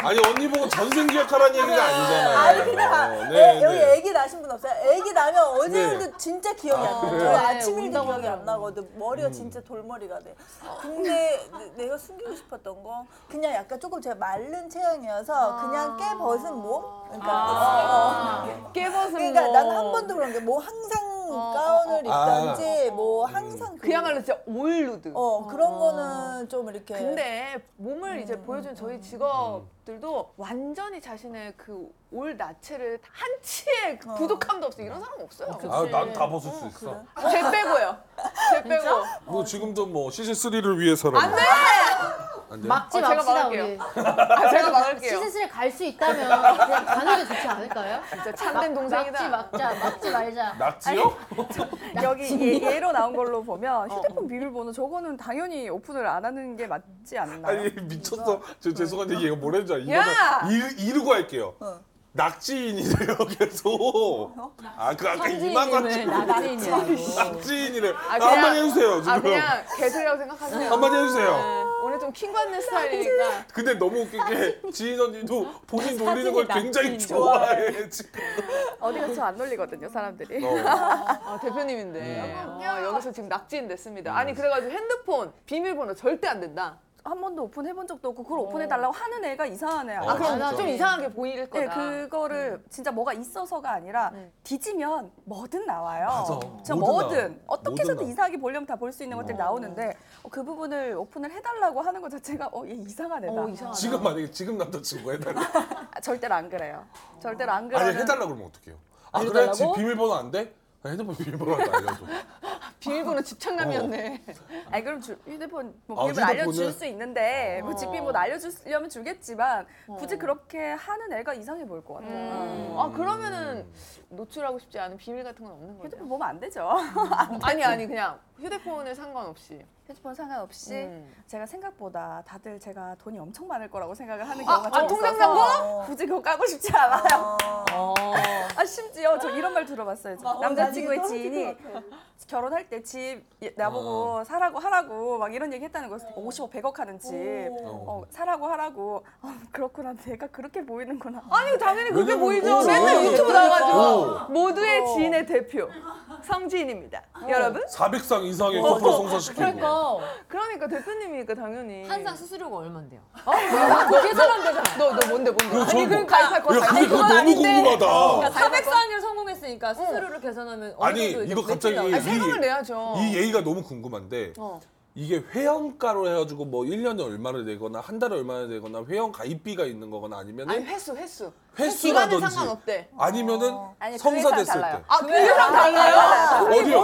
S3: 아니 언니 보고 전생 기억하라는 얘기가 아니잖아요
S6: 아니 그냥 아,
S3: 어,
S6: 애- 여기
S8: 네.
S6: 애기 나신 분 없어요? 애기 나면 어제
S3: 네.
S6: 일도 진짜 기억이
S3: 아,
S6: 안
S3: 그래요?
S6: 나요. 아,
S3: 네,
S6: 아침 일도
S3: 운다고
S6: 기억이 안 나거든. 머리가
S8: 음.
S6: 진짜 돌머리가 돼. 근데 내- 내가 숨기고 싶었던 거 그냥 약간 조금 제가 마른 체형이어서
S11: 아.
S6: 그냥 깨 벗은 몸. 그러니까
S8: 아. 깨 벗은
S6: 그러니까
S8: 몸.
S6: 난 한 번도 그런 게 뭐 항상
S11: 어,
S6: 가운을
S8: 아.
S6: 입던지 뭐 항상
S8: 그야말로 진짜 올루드.
S6: 어 그런 거는 좀 이렇게
S7: 네.
S8: 근데 몸을 이제
S7: 음,
S8: 보여준 저희 직업들도 완전히 자신의 그 올 나체를 한 치의 그 부족함도 없어 이런 사람 없어요. 아,
S3: 아난 다 벗을 수 있어
S8: 제 빼고요. 제 빼고.
S3: 뭐 지금도 뭐 시즌 3를 위해서라도
S8: 안 돼!
S3: 안 돼?
S7: 막지
S8: 어, 제가
S7: 맙시다
S8: 막을게요.
S7: 우리.
S8: 아, 제가 막을게요.
S7: 시즌3에 갈 수 있다면 그냥 가는 게 좋지 않을까요?
S8: 진짜 참된 동생이다.
S7: 막지 막자, 막지 말자.
S3: 낙지요?
S11: 여기 예, 로 나온 걸로 보면
S7: 어.
S11: 휴대폰 비밀번호 저거는 당연히 오픈을 안 하는 게 맞지 않나요?
S3: 아니 미쳤어. 저 죄송한데 얘가 뭐라는 줄
S11: 야!
S3: 알아? 이거는 이- 이러고 할게요. 낙지인이래요 계속. 아그 아까
S8: 성지인임을
S3: 이만 같이
S8: 낙지인이라고.
S3: 낙지인이래.
S8: 아, 그냥-
S3: 한마디 해주세요
S8: 아
S3: 지금.
S8: 그냥 개소리라고 생각하세요.
S3: 한마디 해주세요.
S8: 네, 오늘 좀
S7: 아,
S8: 킹받는 스타일이니까.
S3: 근데 너무 웃긴 게 지인 언니도 본인 놀리는 걸
S8: 사진이
S3: 굉장히
S8: 낙지인
S3: 좋아해 지금.
S11: 어디 가서 저안 놀리거든요, 사람들이.
S8: 아, 대표님인데 어, 여기서 지금 낙지인 됐습니다. 아니 그래가지고 핸드폰 비밀번호 절대 안 된다.
S11: 한 번도 오픈해본 적도 없고
S6: 어.
S11: 그걸 오픈해달라고 하는 애가 이상한 애야.
S8: 아, 그럼 좀 이상하게 보일
S11: 네,
S8: 거다.
S11: 그거를
S5: 음.
S11: 진짜 뭐가 있어서가 아니라
S5: 네.
S11: 뒤지면 뭐든 나와요.
S8: 맞아.
S11: 진짜
S8: 뭐든
S11: 뭐든,
S8: 나와.
S11: 어떻게
S8: 뭐든
S11: 해서든
S8: 나와.
S11: 이상하게 보려면 다 볼 수 있는 것들이 나오는데 어, 그 부분을 오픈을 해달라고 하는 것 자체가 어, 얘 이상한 애다.
S3: 지금 만약에 지금 남자친구 해달라.
S11: 아, 절대로 안 그래요. 절대로 안 그래요.
S3: 아니 해달라 그러면 어떡해요? 아 그래?
S11: 알려달라고?
S3: 지 비밀번호 안 돼? 아, 핸드폰 비밀번호 안 알려줘.
S11: 비밀번호 집착남이었네. 아니 그럼 주, 휴대폰 뭐
S3: 아,
S11: 비밀번호 알려줄
S3: 휴대폰을?
S11: 수 있는데 뭐
S8: 어.
S11: 집비밀번호 알려주려면 주겠지만
S5: 어.
S11: 굳이 그렇게 하는 애가 이상해 보일 것 같아요.
S8: 음. 아 그러면은 노출하고 싶지 않은 비밀 같은 건 없는 거예요? 휴대폰
S11: 보면 안 되죠.
S8: 아니 아니 그냥 휴대폰에 상관없이.
S11: 휴대폰 상관없이
S8: 음.
S11: 제가 생각보다 다들 제가 돈이 엄청 많을 거라고 생각을 하는
S8: 아,
S11: 경우가 좀
S8: 아, 통장
S11: 있어서
S8: 잔고?
S11: 굳이 그거 까고 싶지 않아요. 아 심지어 저 이런 말 들어봤어요.
S8: 아,
S11: 남자친구의
S8: 나중에
S11: 지인이 결혼할 때 집 나보고
S3: 어.
S11: 사라고 하라고 막 이런 얘기 했다는 거예요. 50억 100억 하는 집 어, 사라고 하라고 어, 그렇구나 내가 그렇게 보이는구나.
S8: 아니 당연히 그렇게
S11: 왜냐면-
S8: 보이죠.
S11: 어,
S8: 맨날
S11: 왜냐면-
S8: 유튜브 나와가지고
S11: 어.
S8: 모두의 지인의 대표 성지인입니다. 여러분.
S3: 400상 이상의 커플을
S8: 어,
S3: 성사시키고.
S8: 그러니까 대표님이니까
S3: 예.
S8: 당연히.
S10: 한상 수수료가 얼만데요?
S3: 어?
S10: 어, 뭐
S8: 너 계산하면 되잖아. 너, 너 뭔데, 뭔데?
S3: 그거
S8: 아니,
S3: 저는
S8: 그럼
S3: 뭐-
S8: 가입할 거야.
S3: 야, 근데 그거 너무 궁금하다.
S6: 어.
S10: 그러니까 400상을 성공했으니까 수수료를 계산하면 어느
S3: 아니
S10: 정도 이렇게
S3: 이거 갑자기
S10: 매출이
S3: 이,
S10: 나오나요?
S3: 이 예의가 너무 궁금한데
S8: 어.
S3: 이게 회원가로 해가지고 뭐 1년에 얼마를 내거나 한 달에 얼마를 내거나 회원 가입비가 있는 거거나 아니면
S8: 아니, 횟수, 횟수.
S3: 횟수라든지.
S8: 기간은 상관없대.
S3: 아니면은
S8: 아니, 그
S3: 성사됐을
S8: 회사랑 달라요.
S3: 때
S8: 아, 그 회사랑 달라요?
S3: 어디요?
S8: 뭐예요?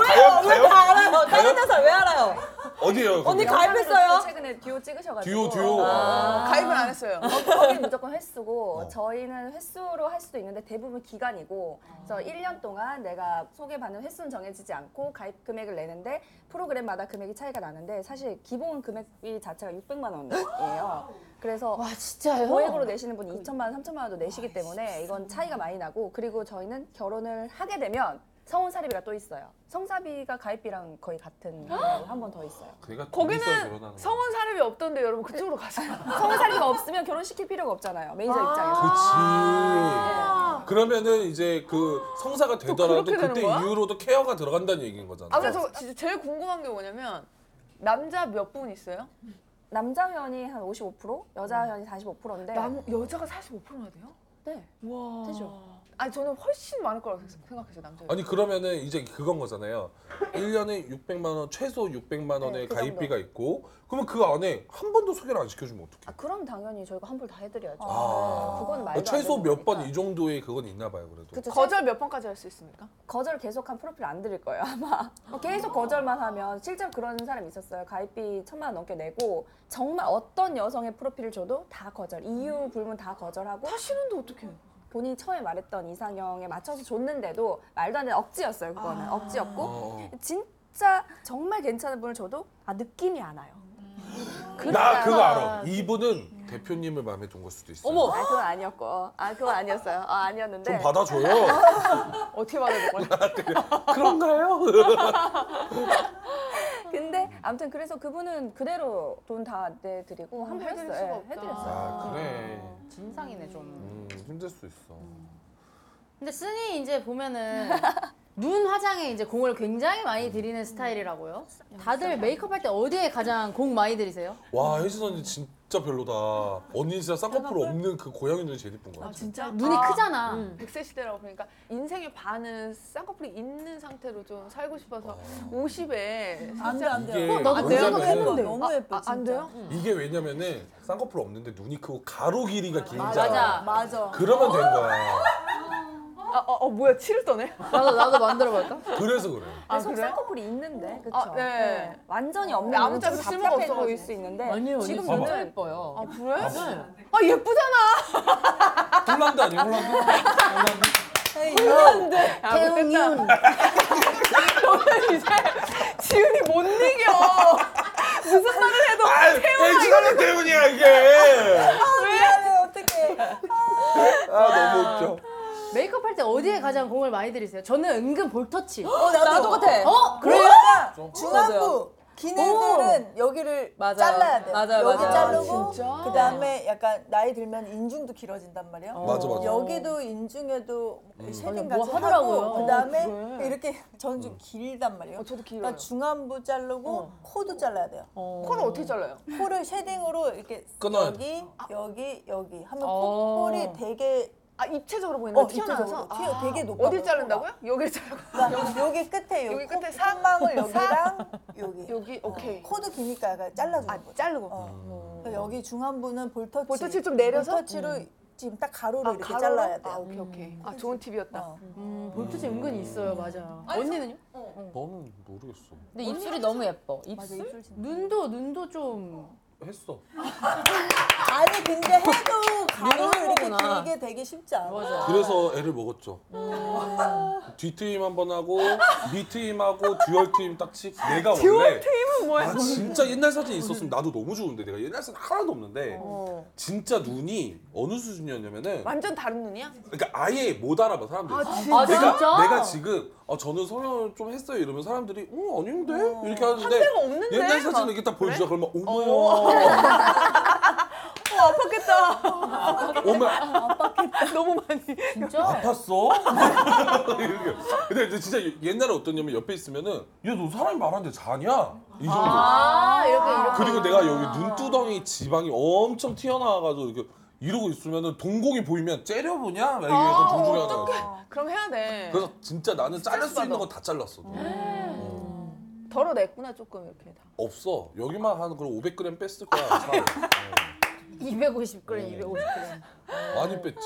S8: 왜
S3: 가요? 가요?
S8: 다 알아요? 다른
S3: 가요?
S8: 회사 왜 알아요?
S3: 어디에요?
S11: 언니
S3: 거기가?
S11: 가입했어요?
S5: 최근에 듀오 찍으셔가지고 아.
S3: 듀오 듀오. 아.
S8: 가입을 안 했어요.
S5: 거기 무조건 횟수고 저희는 횟수로 할 수도 있는데 대부분 기간이고 그래서 1년 동안 내가 소개받는 횟수는 정해지지 않고 가입 금액을 내는데 프로그램마다 금액이 차이가 나는데 사실 기본 금액이 자체가 600만 원이에요. 그래서 와 그러니까. 아,
S7: 진짜요?
S8: 뭐
S5: 고액으로 내시는 분이 2천만 원, 3천만 원도 내시기 때문에 이건 차이가 많이 나고 그리고 저희는 결혼을 하게 되면 성혼사리비가 또 있어요. 성사비가 가입비랑 거의 같은 한 번 더 있어요.
S3: 그러니까
S5: 거기는
S3: 둘이서 결혼하는 거야.
S8: 성원 사례비 없던데 여러분 그쪽으로 가세요.
S5: 성혼사리비가 없으면 결혼시킬 필요가 없잖아요. 매니저 입장에서.
S8: 아.
S3: 그치. 그러면은 이제 그 성사가 되더라도
S8: 그렇게 되는
S3: 그때
S8: 거야?
S3: 이후로도 케어가 들어간다는 얘기인 거잖아.
S8: 아, 근데 저 진짜 제일 궁금한 게 뭐냐면 남자 몇 분 있어요?
S5: 남자 회원이 한
S3: 음.
S5: 55%, 여자 회원이 45%인데
S8: 남 여자가 45%나 돼요?
S5: 네.
S8: 와.
S5: 되죠.
S11: 아니 저는 훨씬 많을 거라고 생각했어요 남자.
S3: 아니 그러면은 이제 그건 거잖아요. 1년에 600만 원 최소 600만 원의
S5: 그
S3: 가입비가 있고 그러면 그 안에 한 번도 소개를 안 시켜주면 어떡해?
S5: 아, 그럼 당연히 저희가 환불 다 해드려야죠.
S3: 아.
S5: 네, 그건 말도 안
S3: 최소
S5: 되는
S3: 몇 번 이 정도의 그건 있나 봐요 그래도.
S5: 그쵸,
S11: 거절 몇 번까지 할 수 있습니까?
S5: 거절 계속한 프로필 안 드릴 거예요 아마 어, 계속 거절만 하면 실제로 그런 사람이 있었어요 가입비 천만 원 넘게 내고 정말 어떤 여성의 프로필을 줘도 다 거절 이유 불문 다 거절하고 사실은데 어떻게 해요? 본인이 처음에 말했던 이상형에 맞춰서 줬는데도 말도 안 되는 억지였어요 그거는 억지였고
S3: 어.
S5: 진짜 정말 괜찮은 분을 줘도 아 느낌이 안 와요
S3: 나 그거 알아. 이분은 대표님을 마음에 둔 걸 수도 있어.
S5: 어머 아 그건 아니었고 아 그건 아니었어요 아 아니었는데
S3: 좀 받아줘요.
S11: 어떻게 받아줄 거예요?
S3: 그런가요?
S5: 근데 아무튼 그래서 그분은 그대로 돈 다 내드리고
S7: 음,
S5: 환불
S7: 해드릴
S5: 했어요.
S7: 수가
S5: 예,
S7: 없다.
S5: 해드렸어요.
S3: 아 그래.
S7: 진상이네 좀.
S3: 음, 힘들 수 있어.
S7: 근데 쓰니 이제 보면은 눈 화장에 이제 공을 굉장히 많이 들이는 스타일이라고요. 다들 메이크업 할 때 어디에 가장 공 많이 들이세요?
S3: 와 혜진 언니 진짜 별로다. 언니 진짜 쌍꺼풀 없는 그 고양이 눈이 제일 이쁜 거 같아.
S11: 진짜
S7: 눈이 크잖아. 음.
S11: 100세 그 시대라고 보니까 인생의 반은 쌍꺼풀이 있는 상태로 좀 살고 싶어서 50에
S6: 안 돼, 안 돼.
S3: 이게 어, 나도 그 생각 했는데.
S6: 너무 예뻐.
S11: 아, 안 돼요?
S3: 이게 왜냐면은 쌍꺼풀 없는데 눈이 크고 가로 길이가 길잖아.
S6: 맞아.
S3: 그러면 된 거야.
S11: 아, 어, 어, 뭐야 치를 떠네?
S7: 나도 나도 만들어 볼까?
S3: 그래서 그래.
S5: 아, 속 쌍꺼풀이 있는데, 그쵸?
S11: 아, 네.
S5: 완전히 없는
S11: 근데 아무
S5: 거는 좀
S11: 데도 쓸모가
S5: 답답해
S11: 없어가지고.
S5: 보일 수 있는데
S10: 아니에요,
S5: 지금
S3: 진짜
S5: 눈을
S10: 예뻐요.
S6: 어,
S11: 아 그래? 아 예쁘잖아.
S3: 홀란드 아니야 홀란드?
S11: 혼났는데.
S7: 태웅윤.
S11: 저는 이제 지훈이 못 이겨. 무슨 말을 해도
S3: 아, 혜진이 때문이야 이게.
S6: 아, 미안해, 어떡해.
S3: 아 너무 웃겨.
S7: 메이크업 할 때 어디에 가장 공을 많이 들이세요? 저는 은근 볼터치.
S6: 어, 나도,
S10: 똑같아.
S7: 어?
S6: 그래요?
S3: 좀.
S6: 중앙부. 기내들은 여기를
S10: 맞아요.
S6: 잘라야 돼.
S10: 맞아요,
S6: 여기
S10: 맞아요.
S6: 자르고
S7: 진짜?
S6: 그 다음에 약간 나이 들면 인중도 길어진단 말이야.
S3: 맞아, 맞아.
S6: 여기도 인중에도
S5: 음.
S6: 쉐딩
S7: 아니, 뭐
S6: 같이
S7: 하더라고요.
S6: 하고 그
S11: 어,
S6: 다음에
S11: 그래.
S6: 이렇게 저는 좀 길단 말이에요.
S11: 어, 저도 길어요. 어.
S6: 그러니까 중안부 자르고 코도 잘라야 돼요.
S11: 코를 어떻게 잘라요?
S6: 코를 쉐딩으로 이렇게
S3: 끊어요.
S6: 여기 여기 여기 하면
S5: 어.
S6: 코, 콜이 되게
S11: 아 입체적으로 보이는
S6: 어,
S11: 거 튀어나와서
S6: 입체적으로 튀어- 되게 높아.
S11: 어디 자른다고요? 여기를 자르고
S6: 그러니까 여기 끝에 여기,
S11: 여기 끝에 사-
S6: 사망을 여기랑 여기 어,
S11: 여기 오케이.
S6: 코도 기니까 약간 잘라주는
S11: 아
S6: 거죠.
S11: 자르고.
S6: 어.
S5: 음.
S6: 그러니까 여기 중안부는 볼터치.
S11: 볼터치를 좀 내려서?
S6: 볼터치로 지금 딱 가로로
S11: 아,
S6: 이렇게
S11: 가로로?
S6: 잘라야 돼.
S11: 아 오케이 오케이. 아 좋은 팁이었다.
S6: 어.
S7: 음, 볼터치 은근히 있어요, 맞아. 언니는요?
S3: 너는 모르겠어.
S10: 근데 입술이 너무 예뻐. 입술?
S7: 눈도 눈도 좀.
S3: 했어.
S6: 아니 근데 해도 가로
S10: 하는
S6: 이렇게
S10: 거구나.
S6: 길게 어, 되게 쉽지 않아.
S3: 그래서 애를 먹었죠. 뒤트임 한 번 하고 밑트임하고 듀얼 트임 딱 치고 내가 원래 듀얼 트임은 뭐야? 아 진짜 옛날 사진 있었으면 나도 너무 좋은데 내가 옛날 사진 하나도 없는데 진짜 눈이 어느 수준이었냐면은
S11: 완전 다른 눈이야?
S3: 그러니까 아예 못 알아봐 사람들이.
S7: 아
S3: 내가 내가 지금 어, 저는 성형을 좀 했어요 이러면 사람들이 어 아닌데 이렇게 하는데
S11: 데가 없는데?
S3: 옛날 사진을
S11: 막.
S3: 이렇게 딱 보여주자 그러면
S11: 어
S3: 어머야
S11: 아팠겠다.
S3: 어머
S11: 너무 많이.
S7: 진짜?
S3: 아팠어? 이렇게. 근데 이제 진짜 옛날에 어떠냐면 옆에 있으면은 야너 사람이 말하는데 자냐? 이 정도.
S7: 아 이렇게 이렇게.
S3: 그리고 내가 여기 눈두덩이 지방이 엄청 튀어나와가지고 이렇게 이러고 있으면은 동공이 보이면 째려보냐? 막 이게 약간
S11: 아,
S3: 동중에
S11: 어떡해.
S3: 하나.
S11: 그럼 해야 돼.
S3: 그래서 진짜 나는 자를 수
S11: 받아.
S3: 있는 거 다 잘랐어.
S11: 덜어냈구나 조금 이렇게 다.
S3: 없어. 여기만 한 그런 500g 뺐을 거야. 참.
S7: 250g, 250g.
S3: 많이 뺐지.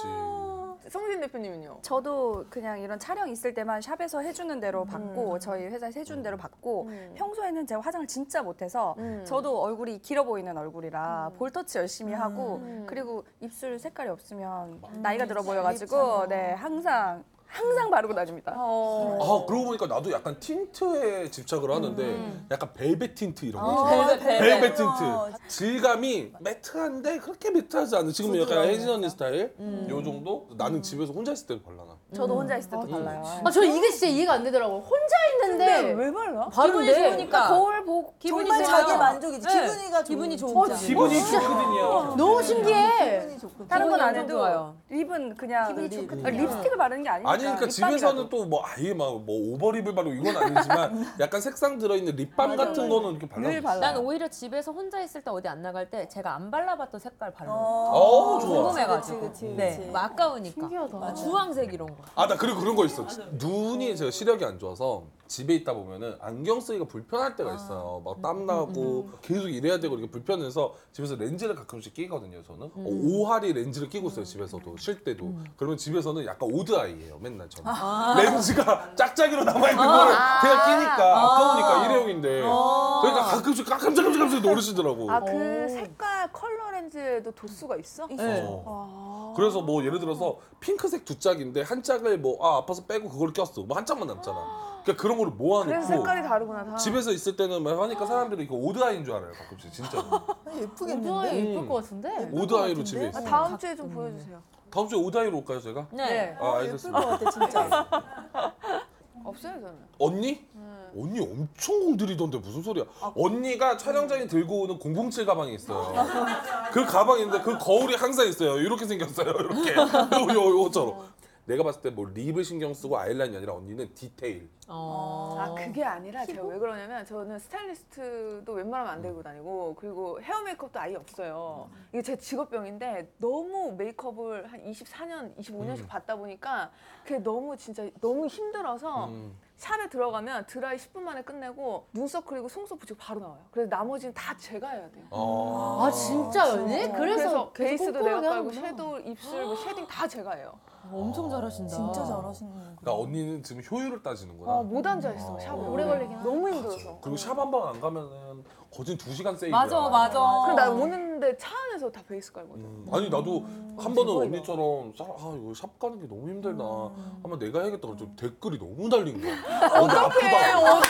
S11: 성진 대표님은요?
S5: 저도 그냥 이런 촬영 있을 때만 샵에서 해주는
S6: 음.
S5: 대로 받고 저희 회사에서 해주는 대로 받고 어,
S8: 음.
S5: 평소에는 제가 화장을 진짜 못해서 저도 얼굴이 길어 보이는 얼굴이라 볼터치 열심히 하고 그리고 입술 색깔이 없으면 나이가 들어 보여가지고 아, 네 음. 항상 항상 바르고 다닙니다.
S11: 어.
S3: 아 그러고 보니까 나도 약간 틴트에 집착을 하는데
S11: 음.
S3: 약간 벨벳 틴트 이런
S11: 어,
S3: 거. 있잖아.
S10: 벨벳 벨벳.
S3: 벨벳 틴트 질감이 매트한데 그렇게 매트하지 않은 지금 약간 혜진 언니 스타일 요 정도 나는 집에서 혼자 있을 때도 발라놔
S5: 저도 혼자 있을 때도 발라요.
S7: 아, 저 이게 진짜 이해가 안 되더라고요. 혼자 있는데
S11: 왜
S8: 음.
S11: 발라?
S7: 바른데.
S5: 거울 보고
S10: 기분이
S6: 정말
S10: 좋아요.
S6: 자기 만족이지.
S10: 네.
S6: 기분이가
S8: 아,
S6: 좋은
S10: 기분이
S6: 거지.
S8: 어,
S10: 좋은
S3: 기분이 좋거든요
S7: 너무 신기해.
S6: 기분이 좋고.
S5: 다른 건 안
S10: 기분이
S5: 해도
S10: 좋아요.
S5: 립은 그냥
S10: 기분이
S3: 네.
S5: 아, 립스틱을 바르는 게 아니니까
S3: 아니 그러니까 집에서는 또 뭐 아예 막 뭐 오버립을 바르고 이건 아니지만 약간 색상 들어있는 립밤 같은 거는 이렇게
S6: 네.
S3: 발라
S10: 난 오히려 집에서 혼자 있을 때 어디 안 나갈 때 제가 안 발라봤던 색깔 발라.
S6: 어.
S3: 어 좋아
S10: 궁금해가지고.
S6: 그치, 그치,
S10: 네.
S6: 그치.
S10: 막 아까우니까.
S7: 신기하다.
S10: 주황색 이런 거.
S3: 아 나 그리고 그런 거 있어. 눈이 제가 시력이 안 좋아서 집에 있다 보면은 안경 쓰기가 불편할
S12: 아.
S3: 때가 있어요. 막 땀
S12: 음,
S3: 나고 계속 일해야 되고 이렇게 불편해서 집에서 렌즈를 가끔씩 끼거든요. 저는
S12: 음.
S3: 어, 오하리 렌즈를 끼고 있어요. 집에서도 쉴 때도. 그러면 집에서는 약간 오드 아이예요. 맨날 저는
S12: 아.
S3: 렌즈가 짝짝이로 남아 있는
S12: 아.
S3: 거를 그냥 끼니까
S12: 아.
S3: 아까우니까 일회용인데.
S12: 아.
S3: 그러니까 가끔씩 깜짝깜짝깜짝 놀리시더라고.
S8: 아 그 색깔 컬러 렌즈에도 도수가 있어?
S3: 네.
S8: 아.
S3: 그래서 뭐 예를 들어서 핑크색 두 짝인데 한 짝을 뭐 아 아파서 빼고 그걸 꼈어 뭐 한 짝만 남잖아 그러니까 그런 거를
S8: 그래서
S3: 모아놓고
S8: 색깔이 다르구나. 다.
S3: 집에서 있을 때는 막 하니까 사람들이 이거 오드아이인 줄 알아요 가끔씩 진짜
S8: 예쁘겠는데?
S3: 오드아이 예쁠 음. 것
S8: 같은데?
S3: 오드아이로 집에 있어 요
S8: 다음 주에 좀 보여주세요.
S3: 다음 주에 오드아이로 올까요 제가?
S8: 네.
S3: 아 알겠습니다 네.
S8: 진짜. 없어요 저는. 네.
S3: 언니? 언니 엄청 공들이던데 무슨 소리야
S8: 아,
S3: 언니가 촬영장에 들고 오는 007 가방이 있어요
S8: 아.
S3: 그 가방이 있는데 그 거울이 항상 있어요. 이렇게 생겼어요. 이렇게. 요, 요,
S8: 어.
S3: 요처럼. 내가 봤을 때 뭐 립을 신경 쓰고 아이라인이 아니라 언니는 디테일.
S10: 어.
S8: 아 그게 아니라 제가 왜 그러냐면 저는 스타일리스트도 웬만하면 안 들고 다니고 그리고 헤어 메이크업도 아예 없어요. 이게 제 직업병인데 너무 메이크업을 한 24년, 25년씩
S12: 음.
S8: 받다 보니까 그게 너무 진짜 너무 힘들어서
S12: 음.
S8: 샵에 들어가면 드라이 10분 만에 끝내고 눈썹 그리고 속눈썹 붙이고 바로 나와요. 그래서 나머지는 다 제가 해야 돼요.
S3: 어.
S7: 아, 진짜요? 네? 그래서 계속
S8: 베이스도
S7: 꼼꼼하게
S8: 내가 깔고
S7: 하는구나.
S8: 섀도우, 입술, 뭐 쉐딩 다 제가 해요.
S10: 엄청 잘하신다.
S8: 진짜
S10: 잘하시는.
S3: 그러니까 언니는 지금 효율을 따지는구나.
S8: 아, 못 앉아 있어. 샵에 오래 걸리긴 하 너무 힘들어서.
S3: 그리고 샵 한 번 안 가면은 거진 두 시간 세이브.
S10: 아,
S8: 그럼
S7: 아.
S8: 나 오는데 차 안에서 다 베이스 깔거든.
S3: 음. 아니 나도 한 번은 언니처럼 쌀- 아 이거 샵 가는 게 너무 힘들다. 한번 내가 해야겠다. 그랬더니 댓글이 너무 달린 거야. 어디 아프다.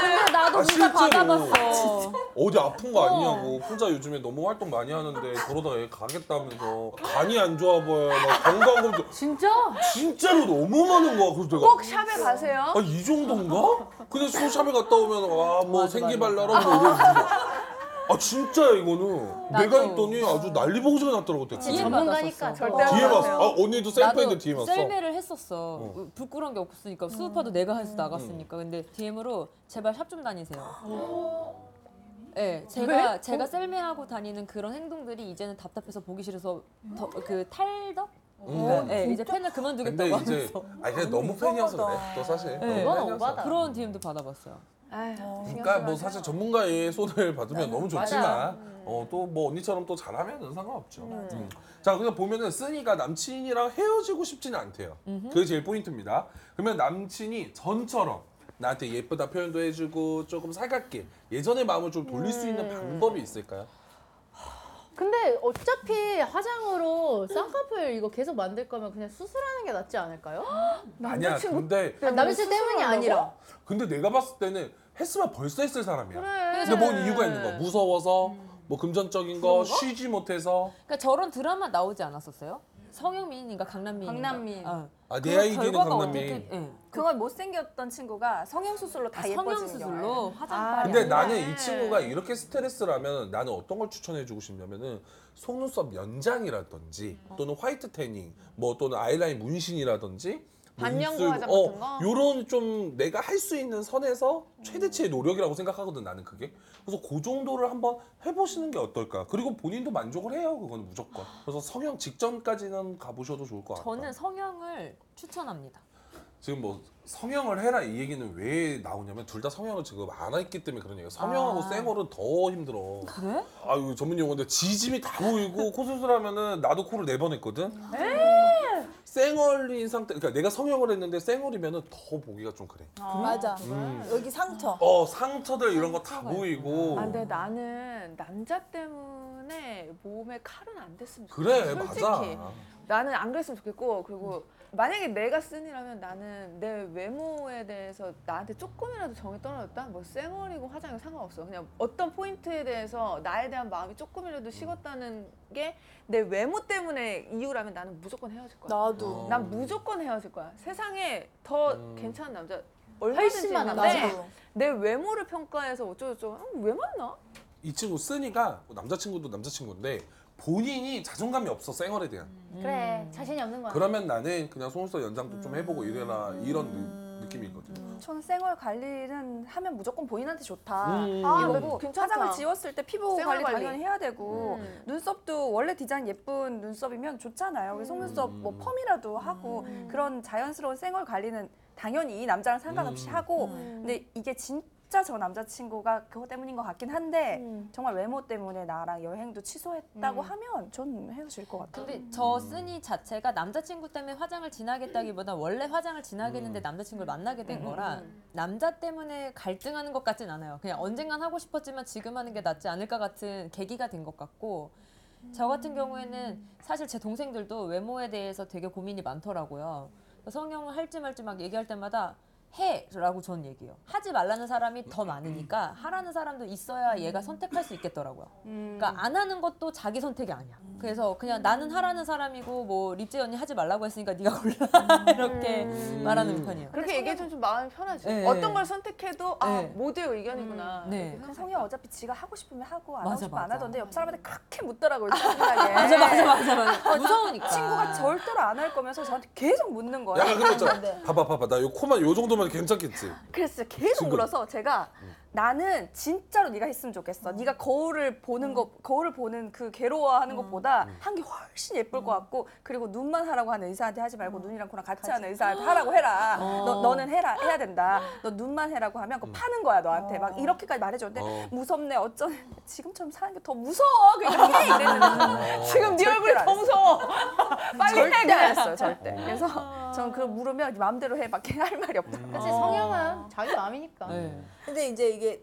S10: 근데 나도
S3: 아,
S10: 문자
S3: 실제로.
S10: 받아봤어.
S3: 어디 아픈 거 아니냐고 혼자 요즘에 너무 활동 많이 하는데 그러다 애 가겠다면서 간이 안 좋아 보여 막 건강검진
S7: 진짜?
S3: 진짜로 너무 많은 거야 그래서 내가
S8: 꼭 샵에
S7: 어.
S8: 가세요.
S3: 아 이 정도인가? 근데 수샵에 갔다 오면 아, 와뭐 생기발랄하고 뭐 이러고 아 진짜야 이거는
S12: 나도.
S3: 내가 있더니 아주 난리봉지가 났더라고 댓글
S10: 뒤에 전문가니까 절대
S3: 뒤에
S10: 안
S3: 봤어
S10: 받아요.
S3: 아 언니도 셀프인데 뒤에 봤어
S10: 셀매를 했었어. 부끄러운 게 없으니까 수우파도 내가 해서 나갔으니까. 근데 DM으로 제발 샵 좀 다니세요. 네, 제가
S8: 왜?
S10: 제가
S8: 어?
S10: 셀매하고 다니는 그런 행동들이 이제는 답답해서 보기 싫어서 더, 그 탈덕?
S3: 음.
S10: 그러니까, 네, 이제
S3: 진짜?
S10: 팬을
S3: 근데
S10: 그만두겠다고
S3: 이제
S10: 하면서.
S3: 아니 그냥 너무 팬이어서 그래 또 사실
S10: 네.
S3: 너무 팬이어서.
S10: 그런 DM도 받아봤어요.
S3: 그러니까 뭐 사실 전문가의 손을 받으면 너무
S10: 네. 맞아.
S3: 좋지만 또 뭐 언니처럼 또 잘하면 상관없죠.
S10: 네.
S3: 음. 자 그냥 보면은 쓰니가 남친이랑 헤어지고 싶지는 않대요.
S12: 음흠.
S3: 그게 제일 포인트입니다. 그러면 남친이 전처럼 나한테 예쁘다 표현도 해주고 조금 살갑게 예전의 마음을 좀 돌릴 수 있는 방법이 있을까요?
S7: 근데 어차피 화장으로 쌍꺼풀 이거 계속 만들 거면 그냥 수술하는 게 낫지 않을까요?
S3: 아니야 그 근데
S7: 아, 남자친구 때문이 아니라.
S3: 근데 내가 봤을 때는 했으면 벌써 했을 사람이야.
S10: 그래.
S3: 근데 뭐 뭔 이유가 있는 거야? 무서워서 뭐 금전적인 거
S10: 그런 네. 거?
S3: 쉬지 못해서
S10: 그러니까 저런 드라마 나오지 않았었어요? 성형민인가 강남민인가?
S5: 강남민.
S10: 어.
S3: 아, 내
S10: 그런
S3: 아이디는
S10: 결과가
S3: 강남민.
S10: 어떻게- 예.
S5: 그건 못생겼던 친구가 성형수술로 다
S10: 아,
S5: 예뻐진
S10: 성형수술로?
S5: 경우.
S10: 화장빨이
S3: 아, 근데 나는 이 친구가 이렇게 스트레스라면 나는 어떤 걸 추천해주고 싶냐면은 속눈썹 연장이라든지
S10: 어.
S3: 또는 화이트 태닝 뭐 또는 아이라인 문신이라든지 뭐
S8: 반영구
S3: 입술,
S8: 화장 같은 거?
S3: 요런 좀 내가 할 수 있는 선에서
S10: 음.
S3: 최대치의 노력이라고 생각하거든 나는 그게 그래서 그 정도를 한번 해보시는 게 어떨까 그리고 본인도 만족을 해요 그건 무조건 그래서 성형 직전까지는 가보셔도 좋을 것 같아요
S10: 저는 성형을 추천합니다.
S3: 지금 뭐 성형을 해라 이 얘기는 왜 나오냐면 둘 다 성형을 지금 안 했기 때문에 그런 얘기예요. 성형하고
S10: 아.
S3: 쌩얼은 더 힘들어.
S10: 그래?
S3: 아 이거 전문 용어인데 지짐이 다 보이고 코 수술하면은 나도 코를 네 번 했거든. 쌩얼인 상태, 그러니까 내가 성형을 했는데 쌩얼이면은 더 보기가 좀 그래.
S6: 맞아.
S3: 음.
S6: 여기 상처.
S3: 어 상처들 이런 거 다 보이고.
S8: 아, 근데 나는 남자 때문에 몸에 칼은 안 됐으면 좋겠어.
S3: 그래
S8: 솔직히.
S3: 맞아.
S8: 나는 안 그랬으면 좋겠고 그리고 만약에 내가 쓴이라면 나는 내 외모에 대해서 나한테 조금이라도 정이 떨어졌다? 뭐 쌩얼이고 화장이고 상관없어. 그냥 어떤 포인트에 대해서 나에 대한 마음이 조금이라도 식었다는 게 내 외모 때문에 이유라면 나는 무조건 헤어질 거야.
S6: 나도.
S8: 난 무조건 헤어질 거야. 세상에 더
S10: 음.
S8: 괜찮은 남자
S7: 훨씬
S8: 얼마든지
S7: 많아,
S8: 있는데
S7: 나도.
S8: 내 외모를 평가해서 어쩌고저쩌고 어, 왜 만나?
S3: 이 친구 쓰니까 남자친구도 남자친구인데 본인이 자존감이 없어 쌩얼에 대한.
S7: 그래 네, 자신이 없는 거야.
S6: 음.
S3: 그러면 나는 그냥 속눈썹 연장도 좀 해보고 이래라 이런 느, 낌이거든
S5: 저는 생얼 관리는 하면 무조건 본인한테 좋다.
S11: 음.
S5: 아,
S11: 아,
S5: 이거고
S11: 괜찮다.
S5: 화장을 지웠을 때 피부
S11: 생얼
S5: 관리,
S11: 관리.
S5: 당연히 해야 되고
S11: 음.
S5: 눈썹도 원래 디자인 예쁜 눈썹이면 좋잖아요. 그래서 속눈썹 뭐 펌이라도 하고
S8: 음.
S5: 그런 자연스러운 생얼 관리는 당연히 이 남자랑 상관없이
S11: 음.
S10: 어?
S5: 하고 근데 이게 진짜 저 남자친구가 그거 때문인 것 같긴 한데
S8: 음.
S5: 정말 외모 때문에 나랑 여행도 취소했다고 하면 전 헤어질 것 같아요.
S10: 근데 저 쓰니 자체가 남자친구 때문에 화장을 진하겠다기보다 원래 화장을
S5: 음.
S10: 진하겠는데 남자친구를 만나게 된 거라 남자 때문에 갈등하는 것 같진 않아요. 그냥 언젠간 하고 싶었지만 지금 하는 게 낫지 않을까 같은 계기가 된 것 같고 저 같은 경우에는 사실 제 동생들도 외모에 대해서 되게 고민이 많더라고요. 성형을 할지 말지 막 얘기할 때마다 해라고 전 얘기해요. 하지 말라는 사람이
S5: 음.
S10: 더 많으니까 하라는 사람도 있어야 얘가 선택할 수 있겠더라고요.
S5: 음.
S10: 그러니까 안 하는 것도 자기 선택이 아니야. 그래서 그냥 나는 하라는 사람이고 뭐 립제 언니 하지 말라고 했으니까 네가 골라 이렇게 말하는 편이에요.
S5: 음.
S8: 그렇게 얘기해주면 좀 마음이 편하죠.
S10: 네.
S8: 어떤 걸 선택해도 아
S10: 네.
S8: 모두의 의견이구나.
S10: 네.
S5: 그 성형 어차피 지가 하고 싶으면 하고 안
S10: 맞아,
S5: 하고 싶으면 안
S10: 맞아.
S5: 하던데 옆 사람한테 그렇게 묻더라고요. 짜증나게.
S10: 맞아, 맞아, 맞아, 맞아.
S5: 어,
S10: 무서우니까.
S5: 친구가 절대로 안 할 거면서 저한테 계속 묻는 거예요.
S3: 약간 그랬죠.
S6: 네.
S3: 봐봐 봐봐 나 요 코만 요 정도면 괜찮겠지.
S6: 어,
S5: 그래서 계속
S3: 지금.
S5: 울어서 제가 나는 진짜로 네가 했으면 좋겠어. 네가 거울을 보는 거 거울을 보는 그 괴로워하는 것보다
S11: 음.
S5: 한 게 훨씬 예쁠 것 같고 그리고 눈만 하라고 하는 의사한테 하지 말고 눈이랑 코랑 같이 하는 의사한테 하라고 해라.
S11: 어.
S5: 너 너는 해라 해야 된다. 너 눈만 해라고 하면 그거 파는 거야 너한테 막 이렇게까지 말해줬는데
S11: 음. 어.
S5: 무섭네 어쩌네 지금처럼 사는 게 더 무서워 그냥 해 이랬는데
S11: 어.
S5: 지금 네 얼굴이 더 무서워. 빨리 해
S11: 절대 안 했어요,
S5: 절대. 그래서 저는 그거 물으면 네 마음대로 해밖에 할 말이 없다.
S11: 음.
S7: 사실 성형은 자기 마음이니까.
S10: 네.
S6: 근데 이제 이게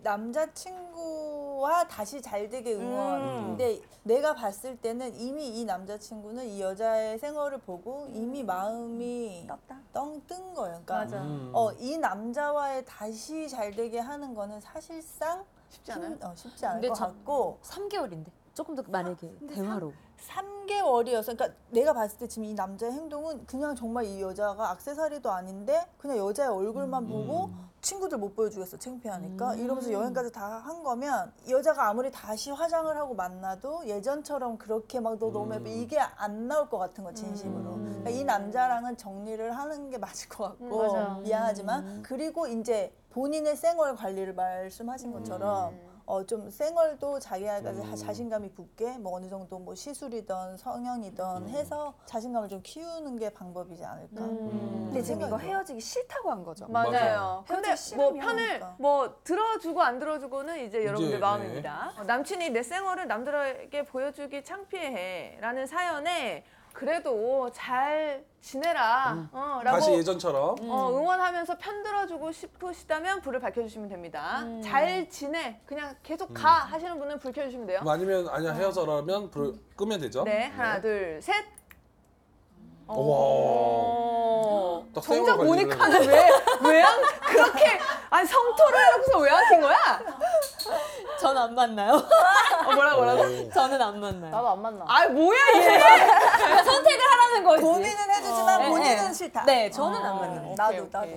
S6: 남자친구와 다시 잘 되게 응원.
S7: 음.
S6: 근데 내가 봤을 때는 이미 이 남자친구는 이 여자의 생활을 보고 이미 마음이 떵뜬 거예요. 그러니까
S11: 맞아. 음.
S6: 어, 이 남자와의 다시 잘 되게 하는 거는 사실상 쉽지
S10: 않아요?
S6: 어, 쉽지 않을 것
S10: 저-
S6: 같고
S10: 3개월인데 조금 더 만약에 대화로
S6: 3개월이어서 그러니까 내가 봤을 때 지금 이 남자의 행동은 그냥 정말 이 여자가 악세사리도 아닌데 그냥 여자의 얼굴만 보고 친구들 못 보여주겠어 창피하니까
S11: 음.
S6: 이러면서 여행까지 다 한 거면 이 여자가 아무리 다시 화장을 하고 만나도 예전처럼 그렇게 막 너 너무
S3: 음.
S6: 예뻐 이게 안 나올 것 같은 거 진심으로 그러니까 이 남자랑은 정리를 하는 게 맞을 것 같고
S11: 음, 맞아.
S6: 미안하지만 그리고 이제 본인의 생얼 관리를 말씀하신 것처럼
S3: 음.
S6: 어, 좀 생얼도 자기가 자신감이 붙게 뭐 어느 정도 뭐 시술이든 성형이든
S9: 음.
S6: 해서 자신감을 좀 키우는 게 방법이지
S8: 음.
S6: 않을까.
S7: 음.
S5: 근데 지금 이거 헤어지기 싫다고 한 거죠.
S8: 맞아요. 근데
S6: 헤어지기
S8: 뭐
S6: 싫으면
S8: 편을
S6: 그러니까.
S8: 뭐 들어주고 안 들어주고는 이제 여러분들
S11: 네.
S8: 마음입니다. 어, 남친이 내 생얼을 남들에게 보여주기 창피해라는 사연에 그래도 잘 지내라. 어, 라고
S3: 음. 다시 음. 예전처럼.
S8: 어,
S10: 음.
S8: 응원하면서 편들어주고 싶으시다면 불을 밝혀주시면 됩니다. 잘 지내. 그냥
S3: 음.
S8: 계속 가 하시는 분은 불 켜주시면 돼요.
S3: 뭐 아니면 아니야 헤어져라면 불을
S6: 음.
S3: 끄면 되죠.
S8: 네, 하나, 둘, 셋.
S6: 어.
S3: 와. 어. 딱
S8: 정작
S3: 생얼 관리를
S8: 모니카는 왜, 왜안 그렇게, 아니, 성토를 해놓고서 왜 하신 거야?
S10: 전 안 만나요.
S8: 어, 뭐라
S3: 어.
S10: 뭐라고? 저는 안 만나요.
S7: 나도 안 만나.
S8: 아 뭐야
S10: 얘? 선택을 하라는 거지.
S6: 고민은 해주지만
S10: 어.
S6: 본인은
S10: 네, 네.
S6: 싫다.
S10: 네, 저는
S8: 아,
S10: 안 만나요.
S6: 나도 나도.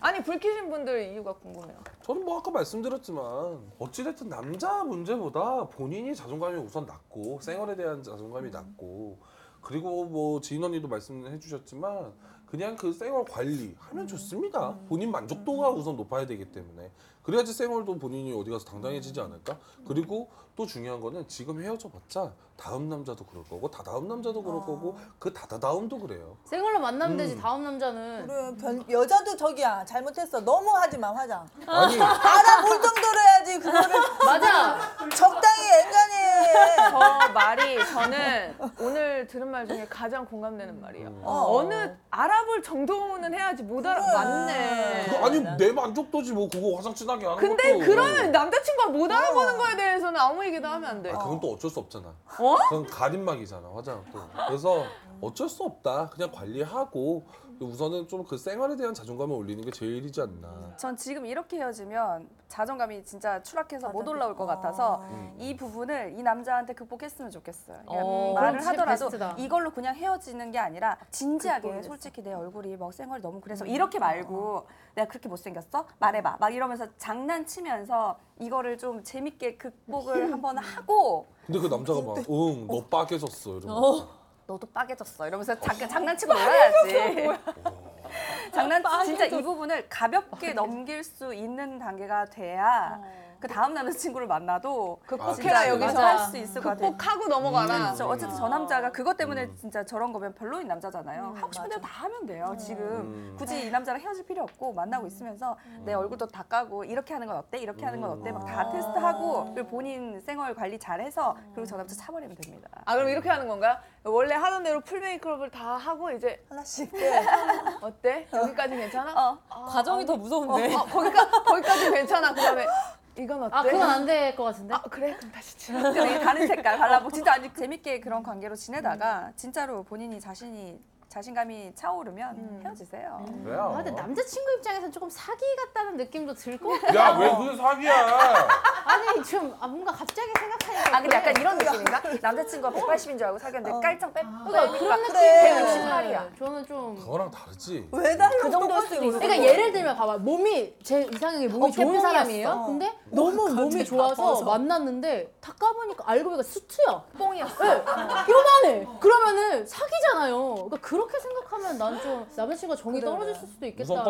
S8: 아니 불 켜신 분들 이유가 궁금해요.
S3: 저는 뭐 아까 말씀드렸지만 어찌됐든 남자 문제보다 본인이 자존감이 우선 낮고 생활에 대한 자존감이 낮고 그리고 뭐 지인 언니도 말씀해 주셨지만 그냥 그 생활 관리
S8: 음.
S3: 하면 좋습니다. 본인 만족도가 우선 높아야 되기 때문에 그래야지 생활도 본인이 어디 가서 당당해지지 않을까?
S8: 음.
S3: 그리고 또 중요한 거는 지금 헤어져 봤자 다음 남자도 그럴 거고 다다음 남자도
S8: 아.
S3: 그럴 거고 그 다다다음도 그래요.
S7: 생얼로 만나면
S3: 음.
S7: 되지 다음 남자는.
S6: 그래 변- 여자도 저기야 잘못했어 너무 하지 마 화장.
S3: 아니.
S6: 알아볼 정도로 해야지 그거를
S7: 맞아.
S6: 적당히 앵간히 해.
S8: 저 말이 저는 오늘 들은 말 중에 가장 공감되는 말이에요.
S6: 어.
S8: 어. 느 알아볼 정도는 해야지 못 알아. 맞네.
S3: 그거 아니 내 만족도지 뭐 그거 화장 진하게 하는
S8: 근데
S3: 것도.
S8: 그러면 남자친구가 못 알아보는 거에 대해서는 아무 얘기도 하면 안 돼.
S3: 아, 그건 또 어쩔 수 없잖아.
S8: 어?
S3: 그건 가림막이잖아, 화장 또. 그래서 어쩔 수 없다. 그냥 관리하고 우선은 좀 그 생활에 대한 자존감을 올리는 게 제일이지 않나.
S5: 전 지금 이렇게 헤어지면 자존감이 진짜 추락해서 못 올라올 것 같아서 이 부분을 이 남자한테 극복했으면 좋겠어요. 그러니까
S11: 어, 그럼
S5: 말을
S11: 진짜
S5: 하더라도
S11: 베스트다. 그
S5: 이걸로 그냥 헤어지는 게 아니라 진지하게 솔직히 내 얼굴이 막 생얼이 너무 그래서 이렇게
S11: 음.
S5: 말고 내가 그렇게 못생겼어? 말해봐. 막 이러면서 장난치면서 이거를 좀 재밌게 극복을 한번 하고
S3: 근데 그 남자가 막, 응, 너 빠개졌어. 이러면.
S5: 너도 빠개졌어 이러면서 잠깐 장난치고 놀아야지. 장난 진짜 이 부분을 가볍게 넘길 수 있는 단계가 돼야 그 다음 남자친구를 만나도
S8: 극복해라
S5: 진짜
S8: 여기서
S5: 맞아. 할수 있을 것 같아.
S8: 극복하고 넘어가라.
S5: 그렇죠. 어쨌든 저 남자가 그것 때문에 진짜 저런 거면 별로인 남자잖아요. 음. 하고 싶은 대로 다 하면 돼요. 지금 굳이 이 남자랑 헤어질 필요 없고 만나고 있으면서 내 얼굴도 다 까고 이렇게 하는 건 어때? 이렇게 하는 건 어때? 막 다 테스트하고 그리고 본인 생활 관리 잘해서 그리고 저 남자 차버리면 됩니다.
S8: 아 그럼 이렇게 하는 건가요? 원래 하던 대로 풀 메이크업을 다 하고 이제 하나씩 어때? 여기까지 괜찮아?
S10: 과정이 더 무서운데.
S8: 어, 어, 거기까 거기까지 괜찮아. 그다음에 이건 어때?
S7: 아, 그건 안 될 것 같은데?
S8: 아, 그래 그럼 다시 치.
S5: 근데 되게 다른 색깔 발라보고 뭐 진짜 음. 아주 재밌게 그런 관계로 지내다가 진짜로 본인이 자신이 자신감이 차오르면 헤어지세요.
S3: 왜요?
S7: 아, 근데 남자친구 입장에서는 조금 사기 같다는 느낌도 들 것 같아요.
S3: 야, 왜 무슨 사기야?
S7: 아니, 좀 아, 뭔가 갑자기 생각하니까.
S13: 아 근데 약간
S7: 그래.
S13: 이런
S5: 그러니까.
S13: 느낌인가? 남자친구가 180인 줄 알고 사귀었는데
S5: 어.
S13: 깔짱 빼.
S7: 그러니까 그런 느낌.
S13: 168이야.
S7: 저는 좀.
S3: 그거랑 다르지.
S10: 어,
S14: 왜 달라?
S7: 그 정도일 수도 있어. 그러니까 예를 들면 봐봐. 몸이 제 이상형이 몸이 좋은
S14: 어깨뽕이었어.
S7: 사람이에요. 근데 너무 몸이 좋아서
S14: 가빠서.
S7: 만났는데 다 까보니까 알고 보니까 수트야.
S13: 뽕이었어.
S7: 네, 요만해. 그러면은 사기잖아요. 그러니까 그렇게 생각하면 난 좀 남자친구가 정이 떨어질 수도 있겠다.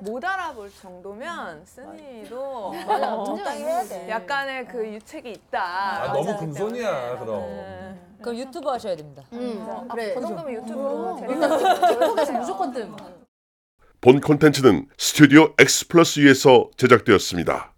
S8: 못 알아볼 정도면 쓰니도
S7: 맞아,
S8: 어,
S7: 문제가
S8: 적당히
S7: 있는
S8: 해야
S7: 거지.
S8: 돼. 약간의
S7: 어.
S8: 그 유책이 있다. 네.
S3: 아, 너무 금손이야, 그럼.
S10: 그럼 유튜브 하셔야 됩니다.
S8: 아,
S7: 음, 그래.
S13: 그 정도면 유튜브로
S7: 틱톡에서 무조건 뜸.
S1: 본 콘텐츠는 스튜디오 X 플러스 위에서 제작되었습니다.